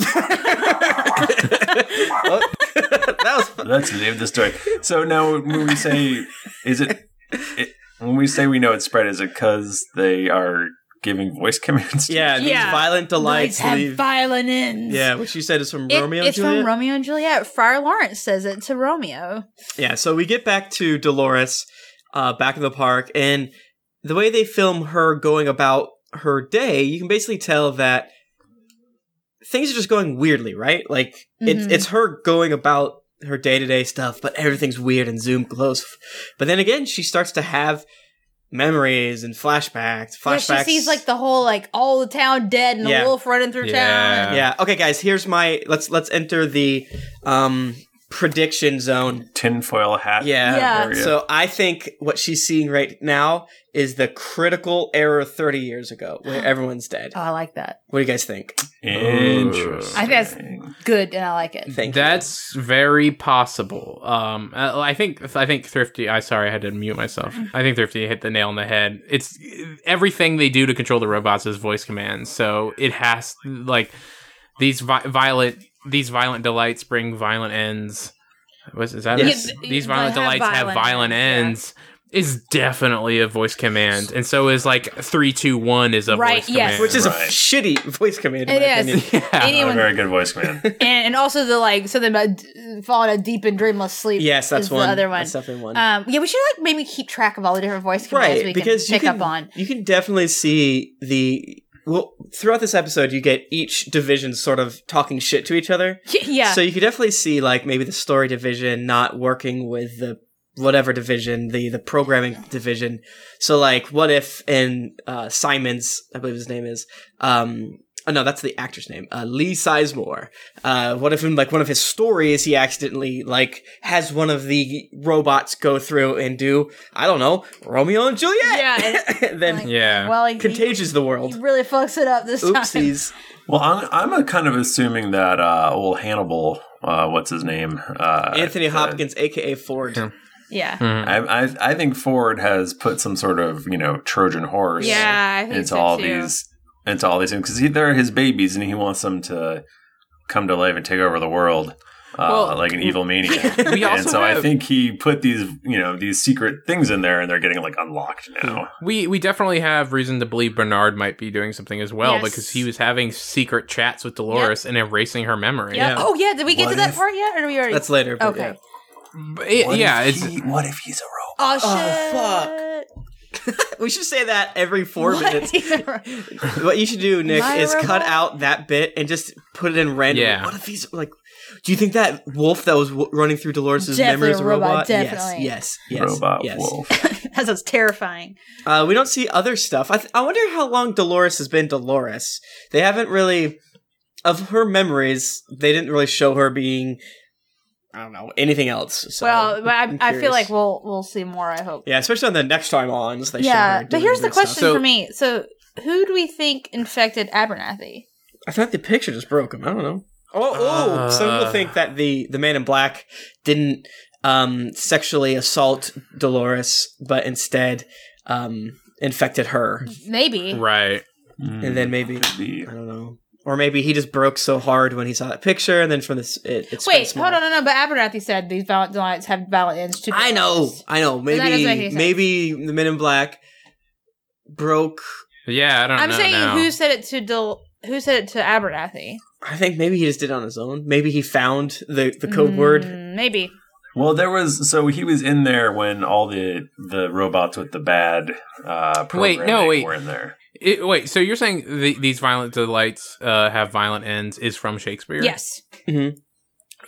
[SPEAKER 4] that was fun.
[SPEAKER 3] Let's leave the story. So now, when we say, is it, it when we say we know it's spread? Is it because they are giving voice commands? to-
[SPEAKER 4] Yeah, these
[SPEAKER 1] Yeah.
[SPEAKER 4] violent
[SPEAKER 1] Knights
[SPEAKER 4] delights
[SPEAKER 1] have
[SPEAKER 4] leave.
[SPEAKER 1] violent ends.
[SPEAKER 4] yeah, which you said is from
[SPEAKER 1] It-
[SPEAKER 4] Romeo and
[SPEAKER 1] it's
[SPEAKER 4] Juliet.
[SPEAKER 1] from Romeo and Juliet. Friar Lawrence says it to Romeo.
[SPEAKER 4] Yeah, so we get back to Dolores uh, back in the park, and the way they film her going about her day, you can basically tell that things are just going weirdly, right? Like it's
[SPEAKER 1] Mhm.
[SPEAKER 4] it's her going about her day to day stuff, but everything's weird and zoom close. But then again, she starts to have memories and flashbacks. Flashbacks.
[SPEAKER 1] Yeah, she sees like the whole like all the town dead and
[SPEAKER 4] Yeah.
[SPEAKER 1] a wolf running through
[SPEAKER 2] Yeah.
[SPEAKER 1] town.
[SPEAKER 4] yeah. Okay, guys, here's my let's let's enter the um prediction zone.
[SPEAKER 3] tinfoil hat.
[SPEAKER 4] Yeah.
[SPEAKER 1] Yeah.
[SPEAKER 3] area.
[SPEAKER 4] So I think what she's seeing right now is the critical error 30 years ago where everyone's dead.
[SPEAKER 1] Oh, I like that.
[SPEAKER 4] What do you guys think?
[SPEAKER 3] Interesting.
[SPEAKER 1] I think that's good, and I like it.
[SPEAKER 4] Thank you.
[SPEAKER 2] That's very possible. Um, I I think I think Thrifty. I sorry, I had to mute myself. I think Thrifty hit the nail on the head. It's everything they do to control the robots is voice commands. So it has like these vi- violent these violent delights bring violent ends. Was is that it?
[SPEAKER 4] Yes.
[SPEAKER 1] Yeah,
[SPEAKER 2] these
[SPEAKER 1] they
[SPEAKER 2] violent
[SPEAKER 1] have
[SPEAKER 2] delights have
[SPEAKER 1] violent
[SPEAKER 2] violent
[SPEAKER 1] ends,
[SPEAKER 2] ends? Is definitely a voice command, and so is like three two one is a
[SPEAKER 1] Right,
[SPEAKER 2] voice
[SPEAKER 1] yes.
[SPEAKER 2] command.
[SPEAKER 4] Which is a
[SPEAKER 3] Right.
[SPEAKER 4] shitty voice command. In
[SPEAKER 1] It
[SPEAKER 4] my Opinion.
[SPEAKER 1] is.
[SPEAKER 2] yeah.
[SPEAKER 3] Not a
[SPEAKER 1] Anyone
[SPEAKER 3] very good voice man.
[SPEAKER 1] and, and also the like something about d- falling a deep and dreamless sleep.
[SPEAKER 4] Yes, that's
[SPEAKER 1] is
[SPEAKER 4] one.
[SPEAKER 1] The other one.
[SPEAKER 4] That's definitely one.
[SPEAKER 1] Um, yeah, we should like maybe keep track of all the different voice commands we
[SPEAKER 4] because
[SPEAKER 1] can
[SPEAKER 4] you
[SPEAKER 1] pick
[SPEAKER 4] can
[SPEAKER 1] up on.
[SPEAKER 4] you can definitely see the well throughout this episode you get each division sort of talking shit to each other.
[SPEAKER 1] Yeah,
[SPEAKER 4] So you could definitely see like maybe the story division not working with the whatever division, the the programming division. So like what if in uh Simon's I believe his name is um Oh no, that's the actor's name, uh, Lee Sizemore. Uh, what if in like one of his stories, he accidentally like has one of the robots go through and do I don't know Romeo and Juliet?
[SPEAKER 1] Yeah,
[SPEAKER 4] then
[SPEAKER 1] like,
[SPEAKER 2] yeah.
[SPEAKER 1] well, like,
[SPEAKER 4] contagious the
[SPEAKER 1] He, he
[SPEAKER 4] world.
[SPEAKER 1] really fucks it up this time.
[SPEAKER 4] Oopsies.
[SPEAKER 3] well, I'm, I'm uh, kind of assuming that uh, old Hannibal, uh, what's his name? Uh,
[SPEAKER 4] Anthony
[SPEAKER 3] uh,
[SPEAKER 4] Hopkins, aka Ford.
[SPEAKER 2] Yeah.
[SPEAKER 1] Yeah,
[SPEAKER 2] Mhm.
[SPEAKER 3] I, I, I think Ford has put some sort of you know Trojan horse.
[SPEAKER 1] yeah. I think
[SPEAKER 3] into
[SPEAKER 1] so,
[SPEAKER 3] all
[SPEAKER 1] too.
[SPEAKER 3] these into all these things because they're his babies and he wants them to come to life and take over the world uh,
[SPEAKER 2] Well,
[SPEAKER 3] like an evil maniac.
[SPEAKER 2] we also
[SPEAKER 3] and so I
[SPEAKER 2] have-
[SPEAKER 3] think he put these you know these secret things in there and they're getting like unlocked now.
[SPEAKER 2] We we definitely have reason to believe Bernard might be doing something as well
[SPEAKER 1] Yes.
[SPEAKER 2] because he was having secret chats with Dolores and erasing her memory.
[SPEAKER 1] Yeah.
[SPEAKER 4] Yeah.
[SPEAKER 1] Oh yeah. Did we get
[SPEAKER 3] What
[SPEAKER 1] to that
[SPEAKER 3] if-
[SPEAKER 1] part yet, or do we already?
[SPEAKER 4] That's later. But
[SPEAKER 1] okay.
[SPEAKER 4] yeah.
[SPEAKER 2] But it-
[SPEAKER 3] What
[SPEAKER 2] yeah,
[SPEAKER 3] if
[SPEAKER 2] it's
[SPEAKER 3] he- what if he's a robot?
[SPEAKER 1] Oh
[SPEAKER 4] Oh,
[SPEAKER 1] shit.
[SPEAKER 4] We should say that every four
[SPEAKER 1] What?
[SPEAKER 4] minutes. What you should do, Nick,
[SPEAKER 1] My
[SPEAKER 4] is cut
[SPEAKER 1] robot?
[SPEAKER 4] out that bit and just put it in random.
[SPEAKER 2] Yeah.
[SPEAKER 4] What if he's like? Do you think that wolf that was w- running through Dolores'
[SPEAKER 1] Definitely
[SPEAKER 4] memories is
[SPEAKER 1] a
[SPEAKER 4] a
[SPEAKER 1] robot,
[SPEAKER 4] robot?
[SPEAKER 1] definitely.
[SPEAKER 4] Yes, yes, yes,
[SPEAKER 3] robot
[SPEAKER 4] yes.
[SPEAKER 3] wolf.
[SPEAKER 1] that sounds terrifying.
[SPEAKER 4] Uh, we don't see other stuff. I, th- I wonder how long Dolores has been Dolores. They haven't really, of her memories, they didn't really show her being, I don't know, anything else. So
[SPEAKER 1] well, but
[SPEAKER 4] Oh, I'm
[SPEAKER 1] I, I feel
[SPEAKER 4] curious.
[SPEAKER 1] like we'll we'll see more. I hope.
[SPEAKER 4] yeah, especially on the next time on, so they show her
[SPEAKER 1] Yeah, but
[SPEAKER 4] doing
[SPEAKER 1] here's the
[SPEAKER 4] weird stuff.
[SPEAKER 1] question
[SPEAKER 2] So-
[SPEAKER 1] for me. So, who do we think infected Abernathy?
[SPEAKER 4] I thought the picture just broke him. I don't know. Oh, oh!
[SPEAKER 2] Uh.
[SPEAKER 4] some people think that the the man in black didn't um, sexually assault Dolores, but instead um, infected her,
[SPEAKER 1] Mm-hmm. Maybe.
[SPEAKER 2] right.
[SPEAKER 4] and then maybe
[SPEAKER 2] Mm.
[SPEAKER 3] Could be.
[SPEAKER 4] I don't know, or maybe he just broke so hard when he saw that picture, and then from this, it, it's
[SPEAKER 1] Wait, hold on, no, no. But Abernathy said these violent delights have violent ends too.
[SPEAKER 4] I know, I know.
[SPEAKER 1] that doesn't make any
[SPEAKER 4] Maybe
[SPEAKER 1] sense.
[SPEAKER 4] maybe the man in black broke.
[SPEAKER 2] Yeah, I don't
[SPEAKER 1] I'm
[SPEAKER 2] know.
[SPEAKER 1] saying
[SPEAKER 2] now.
[SPEAKER 1] who said it to Del- who said it to Abernathy?
[SPEAKER 4] I think maybe he just did it on his own. Maybe he found the the code word.
[SPEAKER 1] Mm, Maybe.
[SPEAKER 3] Well, there was so he was in there when all the the robots with the bad uh,
[SPEAKER 2] Wait, no,
[SPEAKER 3] programming
[SPEAKER 2] wait.
[SPEAKER 3] were in there.
[SPEAKER 2] It- wait, so you're saying the, these violent delights uh, have violent ends is from Shakespeare?
[SPEAKER 1] Yes.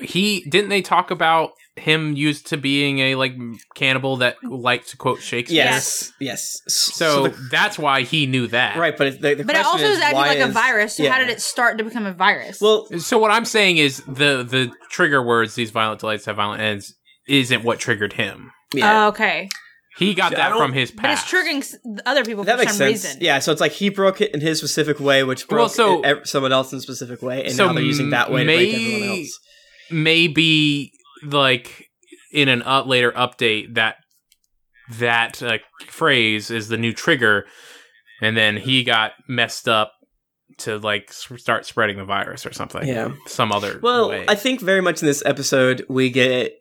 [SPEAKER 2] He didn't they talk about him used to being a like cannibal that liked to quote Shakespeare.
[SPEAKER 4] Yes, yes.
[SPEAKER 2] So,
[SPEAKER 4] the-
[SPEAKER 2] that's why he knew that.
[SPEAKER 4] Right, but it- the, the
[SPEAKER 1] But it
[SPEAKER 4] question
[SPEAKER 1] also
[SPEAKER 4] is,
[SPEAKER 1] is acting
[SPEAKER 4] why
[SPEAKER 1] like a
[SPEAKER 4] is-
[SPEAKER 1] virus. So
[SPEAKER 4] yeah.
[SPEAKER 1] how did it start to become a virus?
[SPEAKER 4] Well,
[SPEAKER 2] So what I'm saying is the the trigger words these violent delights have violent ends isn't what triggered him.
[SPEAKER 4] yeah, Ah.
[SPEAKER 1] Oh, okay.
[SPEAKER 2] He got
[SPEAKER 3] Yeah, I
[SPEAKER 2] that
[SPEAKER 3] don't-
[SPEAKER 2] from his
[SPEAKER 1] But it's
[SPEAKER 2] past.
[SPEAKER 1] triggering s- other people
[SPEAKER 4] that
[SPEAKER 1] uh, for
[SPEAKER 4] makes
[SPEAKER 1] some
[SPEAKER 4] sense.
[SPEAKER 1] reason.
[SPEAKER 4] Yeah, so it's like he broke it in his specific way, which broke
[SPEAKER 2] Well, so-
[SPEAKER 4] it ev- someone else in a specific way, and
[SPEAKER 2] so
[SPEAKER 4] now they're using that way to break
[SPEAKER 2] may-
[SPEAKER 4] everyone else.
[SPEAKER 2] Maybe like in an up later update that that uh, phrase is the new trigger, and then he got messed up to like s- start spreading the virus or something.
[SPEAKER 4] Yeah.
[SPEAKER 2] some other
[SPEAKER 4] Well,
[SPEAKER 2] way.
[SPEAKER 4] I think very much in this episode we get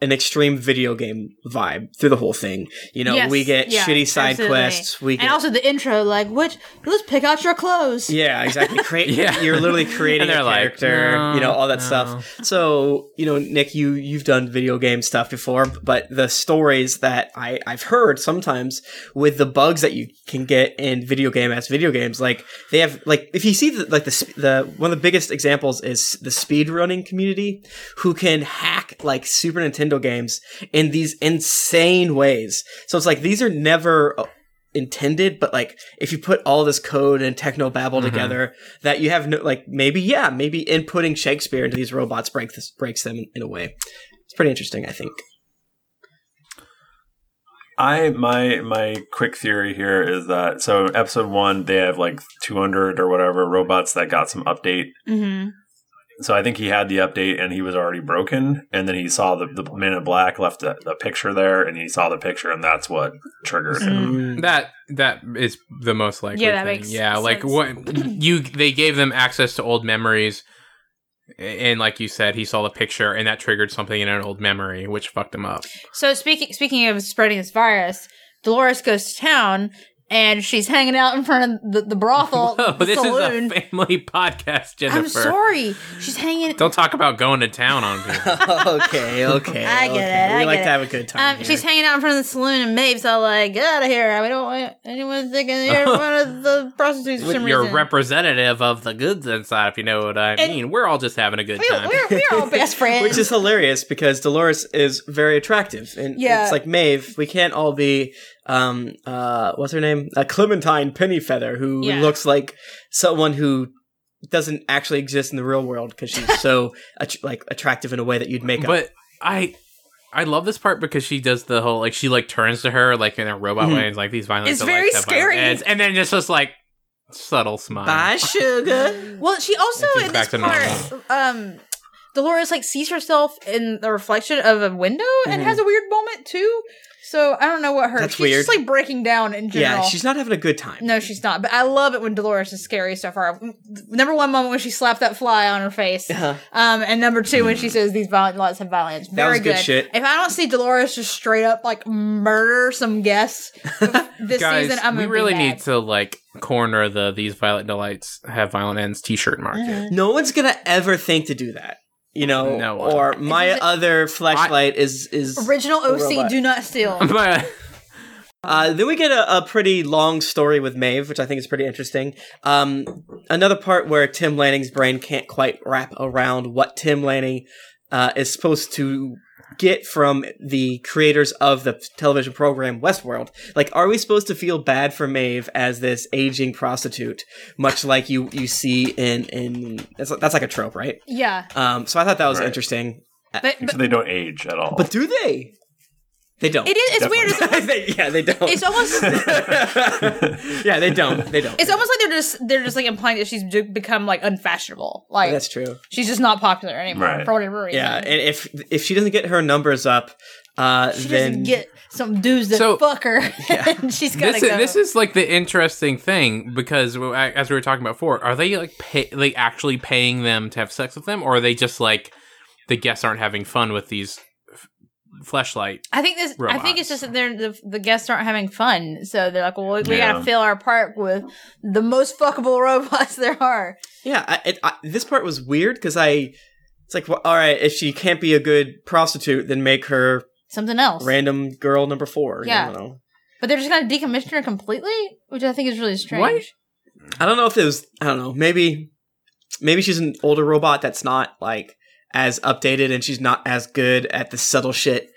[SPEAKER 4] an extreme video game vibe through the whole thing. You know,
[SPEAKER 1] Yes,
[SPEAKER 4] we get
[SPEAKER 1] yeah,
[SPEAKER 4] shitty side
[SPEAKER 1] absolutely.
[SPEAKER 4] quests. We get,
[SPEAKER 1] And also the intro, like, which let's pick out your clothes.
[SPEAKER 4] yeah, exactly. Create,
[SPEAKER 2] Yeah.
[SPEAKER 4] you're literally creating
[SPEAKER 2] And
[SPEAKER 4] a
[SPEAKER 2] they're like,
[SPEAKER 4] character.
[SPEAKER 2] "No,
[SPEAKER 4] you know, all that
[SPEAKER 2] no."
[SPEAKER 4] stuff. So, you know, Nick, you you've done video game stuff before, but the stories that I I've heard sometimes with the bugs that you can get in video game as video games, like they have like if you see the, like the sp- the one of the biggest examples is the speed running community who can hack like Super Nintendo games in these insane ways. So it's like these are never uh, intended, but like if you put all this code and techno babble together, that you have no like maybe yeah maybe inputting Shakespeare into these robots breaks this, breaks them in, in a way. It's pretty interesting, I think.
[SPEAKER 3] I my my quick theory here is that so in episode one they have like 200 or whatever robots that got some update.
[SPEAKER 1] Mm-hmm.
[SPEAKER 3] So I think he had the update and he was already broken, and then he saw the the man in black left the, the picture there, and he saw the picture, and that's what triggered him.
[SPEAKER 1] Mm.
[SPEAKER 2] that that is the most likely.
[SPEAKER 1] Yeah, that
[SPEAKER 2] thing.
[SPEAKER 1] makes
[SPEAKER 2] yeah. Like
[SPEAKER 1] sense.
[SPEAKER 2] what you they gave them access to old memories, and like you said, he saw the picture, and that triggered something in an old memory, which fucked him up.
[SPEAKER 1] So speaking speaking of spreading this virus, Dolores goes to town and she's hanging out in front of the, the brothel
[SPEAKER 2] Whoa,
[SPEAKER 1] the
[SPEAKER 2] this
[SPEAKER 1] saloon.
[SPEAKER 2] is a family podcast, Jennifer.
[SPEAKER 1] I'm sorry, she's hanging.
[SPEAKER 2] Don't talk about going to town on people.
[SPEAKER 4] okay, okay.
[SPEAKER 1] I get
[SPEAKER 4] okay.
[SPEAKER 1] it, I
[SPEAKER 4] we like
[SPEAKER 1] get
[SPEAKER 4] to
[SPEAKER 1] it.
[SPEAKER 4] have a good time.
[SPEAKER 1] Um,
[SPEAKER 4] here.
[SPEAKER 1] she's hanging out in front of the saloon, and Maeve's all like, "Get out of here! We don't want anyone thinking you're one of the prostitutes for some
[SPEAKER 2] You're
[SPEAKER 1] reason."
[SPEAKER 2] representative of the goods inside, if you know what I
[SPEAKER 1] And-
[SPEAKER 2] mean. We're all just having a good
[SPEAKER 1] we,
[SPEAKER 2] time.
[SPEAKER 1] we're, we're all best friends.
[SPEAKER 4] Which is hilarious because Dolores is very attractive, and
[SPEAKER 1] Yeah.
[SPEAKER 4] it's like Maeve. We can't all be, um, uh, what's her name? Uh, Clementine Pennyfeather, who
[SPEAKER 1] Yeah.
[SPEAKER 4] looks like someone who doesn't actually exist in the real world because she's so att- like attractive in a way that you'd make up.
[SPEAKER 2] but I I love this part because she does the whole like she like turns to her like in a robot way and is like these violent
[SPEAKER 1] Mm-hmm. It's
[SPEAKER 2] don't like
[SPEAKER 1] very
[SPEAKER 2] that
[SPEAKER 1] scary.
[SPEAKER 2] violence." and then just was like subtle smile.
[SPEAKER 4] Bye, sugar.
[SPEAKER 1] Well, she also
[SPEAKER 2] If she's
[SPEAKER 1] in
[SPEAKER 2] back
[SPEAKER 1] this
[SPEAKER 2] to
[SPEAKER 1] part, um, Dolores like sees herself in the reflection of a window and
[SPEAKER 4] Mm-hmm.
[SPEAKER 1] has a weird moment too. So I don't know what her.
[SPEAKER 4] That's
[SPEAKER 1] she's just
[SPEAKER 4] weird.
[SPEAKER 1] like breaking down in
[SPEAKER 4] yeah,
[SPEAKER 1] general.
[SPEAKER 4] she's not having a good time.
[SPEAKER 1] No, she's not. But I love it when Dolores is scary so far. Number one moment when she slapped that fly on her face.
[SPEAKER 4] Uh-huh.
[SPEAKER 1] Um, and number two
[SPEAKER 2] Mm.
[SPEAKER 1] when she says these violent lots have violence. Very
[SPEAKER 4] was good shit.
[SPEAKER 1] If I don't see Dolores just straight up like murder some guests this
[SPEAKER 2] Guys,
[SPEAKER 1] season, I'm
[SPEAKER 2] we
[SPEAKER 1] gonna
[SPEAKER 2] really
[SPEAKER 1] be mad.
[SPEAKER 2] need to like corner the these violent delights have violent ends T-shirt market.
[SPEAKER 1] Mm-hmm.
[SPEAKER 4] No one's gonna ever think to do that, you know.
[SPEAKER 2] No one.
[SPEAKER 4] or my
[SPEAKER 1] This is a-
[SPEAKER 4] other flashlight is is
[SPEAKER 1] Original OC,
[SPEAKER 4] robot.
[SPEAKER 1] do not steal.
[SPEAKER 2] But
[SPEAKER 4] Uh, then we get a, a pretty long story with Maeve, which I think is pretty interesting. Um, another part where Tim Lanning's brain can't quite wrap around what Tim Lanning uh, is supposed to get from the creators of the television program Westworld. Like, are we supposed to feel bad for Maeve as this aging prostitute, much like you you see in in that's, that's like a trope, right?
[SPEAKER 1] yeah,
[SPEAKER 4] Um, so I thought that was
[SPEAKER 3] Right.
[SPEAKER 4] interesting.
[SPEAKER 1] but,
[SPEAKER 2] Mm.
[SPEAKER 1] but
[SPEAKER 3] So they don't age at all.
[SPEAKER 4] But do they? They don't.
[SPEAKER 1] it is. It's weird. It's,
[SPEAKER 4] They- yeah, they don't.
[SPEAKER 1] it's almost.
[SPEAKER 4] yeah, they don't. They don't.
[SPEAKER 1] It's almost like they're just they're just like implying that she's d- become like unfashionable. Like
[SPEAKER 4] That's true.
[SPEAKER 1] she's just not popular anymore
[SPEAKER 3] Right.
[SPEAKER 1] for whatever reason.
[SPEAKER 4] Yeah, and if if she doesn't get her numbers up, uh,
[SPEAKER 1] she
[SPEAKER 4] then
[SPEAKER 1] doesn't get some dudes that
[SPEAKER 2] So-
[SPEAKER 1] fuck her, and she's gotta
[SPEAKER 2] this
[SPEAKER 1] go.
[SPEAKER 2] is, this is like the interesting thing because w- a- as we were talking about before, are they like pay, like actually paying them to have sex with them, or are they just like the guests aren't having fun with these f- fleshlight
[SPEAKER 1] I think this. I think
[SPEAKER 2] robots.
[SPEAKER 1] it's just that they're the, the guests aren't having fun, so they're like, "Well, we, we gotta
[SPEAKER 3] Yeah.
[SPEAKER 1] fill our park with the most fuckable robots there are."
[SPEAKER 4] yeah. I, it, I, this part was weird because I, it's like, well, all right, if she can't be a good prostitute, then make her
[SPEAKER 1] Something else,
[SPEAKER 4] random girl number four. you
[SPEAKER 1] Yeah.
[SPEAKER 4] know?
[SPEAKER 1] but they're just gonna decommission her completely, which I think is really strange.
[SPEAKER 2] What?
[SPEAKER 4] I don't know if it was. I don't know. Maybe, maybe she's an older robot that's not like as updated, and she's not as good at the subtle shit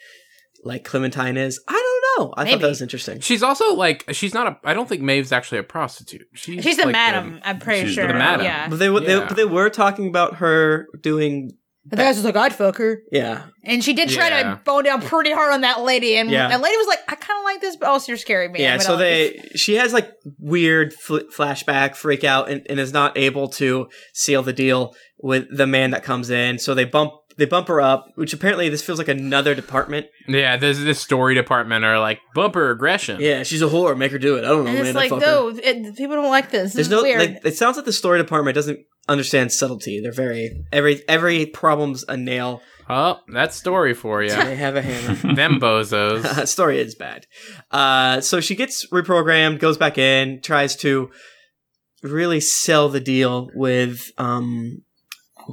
[SPEAKER 4] like Clementine is. I don't know. I thought
[SPEAKER 1] Maybe.
[SPEAKER 4] that was interesting.
[SPEAKER 2] She's also like she's not a. I don't think Maeve's actually a prostitute. She's
[SPEAKER 1] She's the
[SPEAKER 2] like
[SPEAKER 1] madam. I'm pretty
[SPEAKER 3] she's the
[SPEAKER 1] sure.
[SPEAKER 2] madam.
[SPEAKER 1] Yeah,
[SPEAKER 4] But they, were they,
[SPEAKER 2] Yeah.
[SPEAKER 4] but they were talking about her doing.
[SPEAKER 1] but the guy's just like, "I'd fuck her."
[SPEAKER 4] Yeah,
[SPEAKER 1] And she did try
[SPEAKER 2] Yeah.
[SPEAKER 1] to bone down pretty hard on that lady, and
[SPEAKER 4] Yeah.
[SPEAKER 1] that lady was like, "I kind of like this, but also you're scaring me."
[SPEAKER 4] yeah.
[SPEAKER 1] I'm
[SPEAKER 4] so
[SPEAKER 1] gonna-
[SPEAKER 4] they, she has like weird fl- flashback, freak out, and, and is not able to seal the deal with the man that comes in. So they bump They bump her up, which apparently this feels like another department.
[SPEAKER 2] Yeah, this this story department are like bumper aggression.
[SPEAKER 4] Yeah, she's a whore. Make her do it. I don't know,
[SPEAKER 1] And
[SPEAKER 4] man.
[SPEAKER 1] it's
[SPEAKER 4] I
[SPEAKER 1] like,
[SPEAKER 4] fuck her.
[SPEAKER 1] no, it, people don't like this. This
[SPEAKER 4] There's
[SPEAKER 1] is
[SPEAKER 4] no
[SPEAKER 1] weird.
[SPEAKER 4] like. It sounds like the story department doesn't understand subtlety. They're very every every problem's a nail.
[SPEAKER 2] Oh, that's story for you.
[SPEAKER 4] They have a hammer.
[SPEAKER 2] Them bozos.
[SPEAKER 4] story is bad. Uh, so she gets reprogrammed, goes back in, tries to really sell the deal with um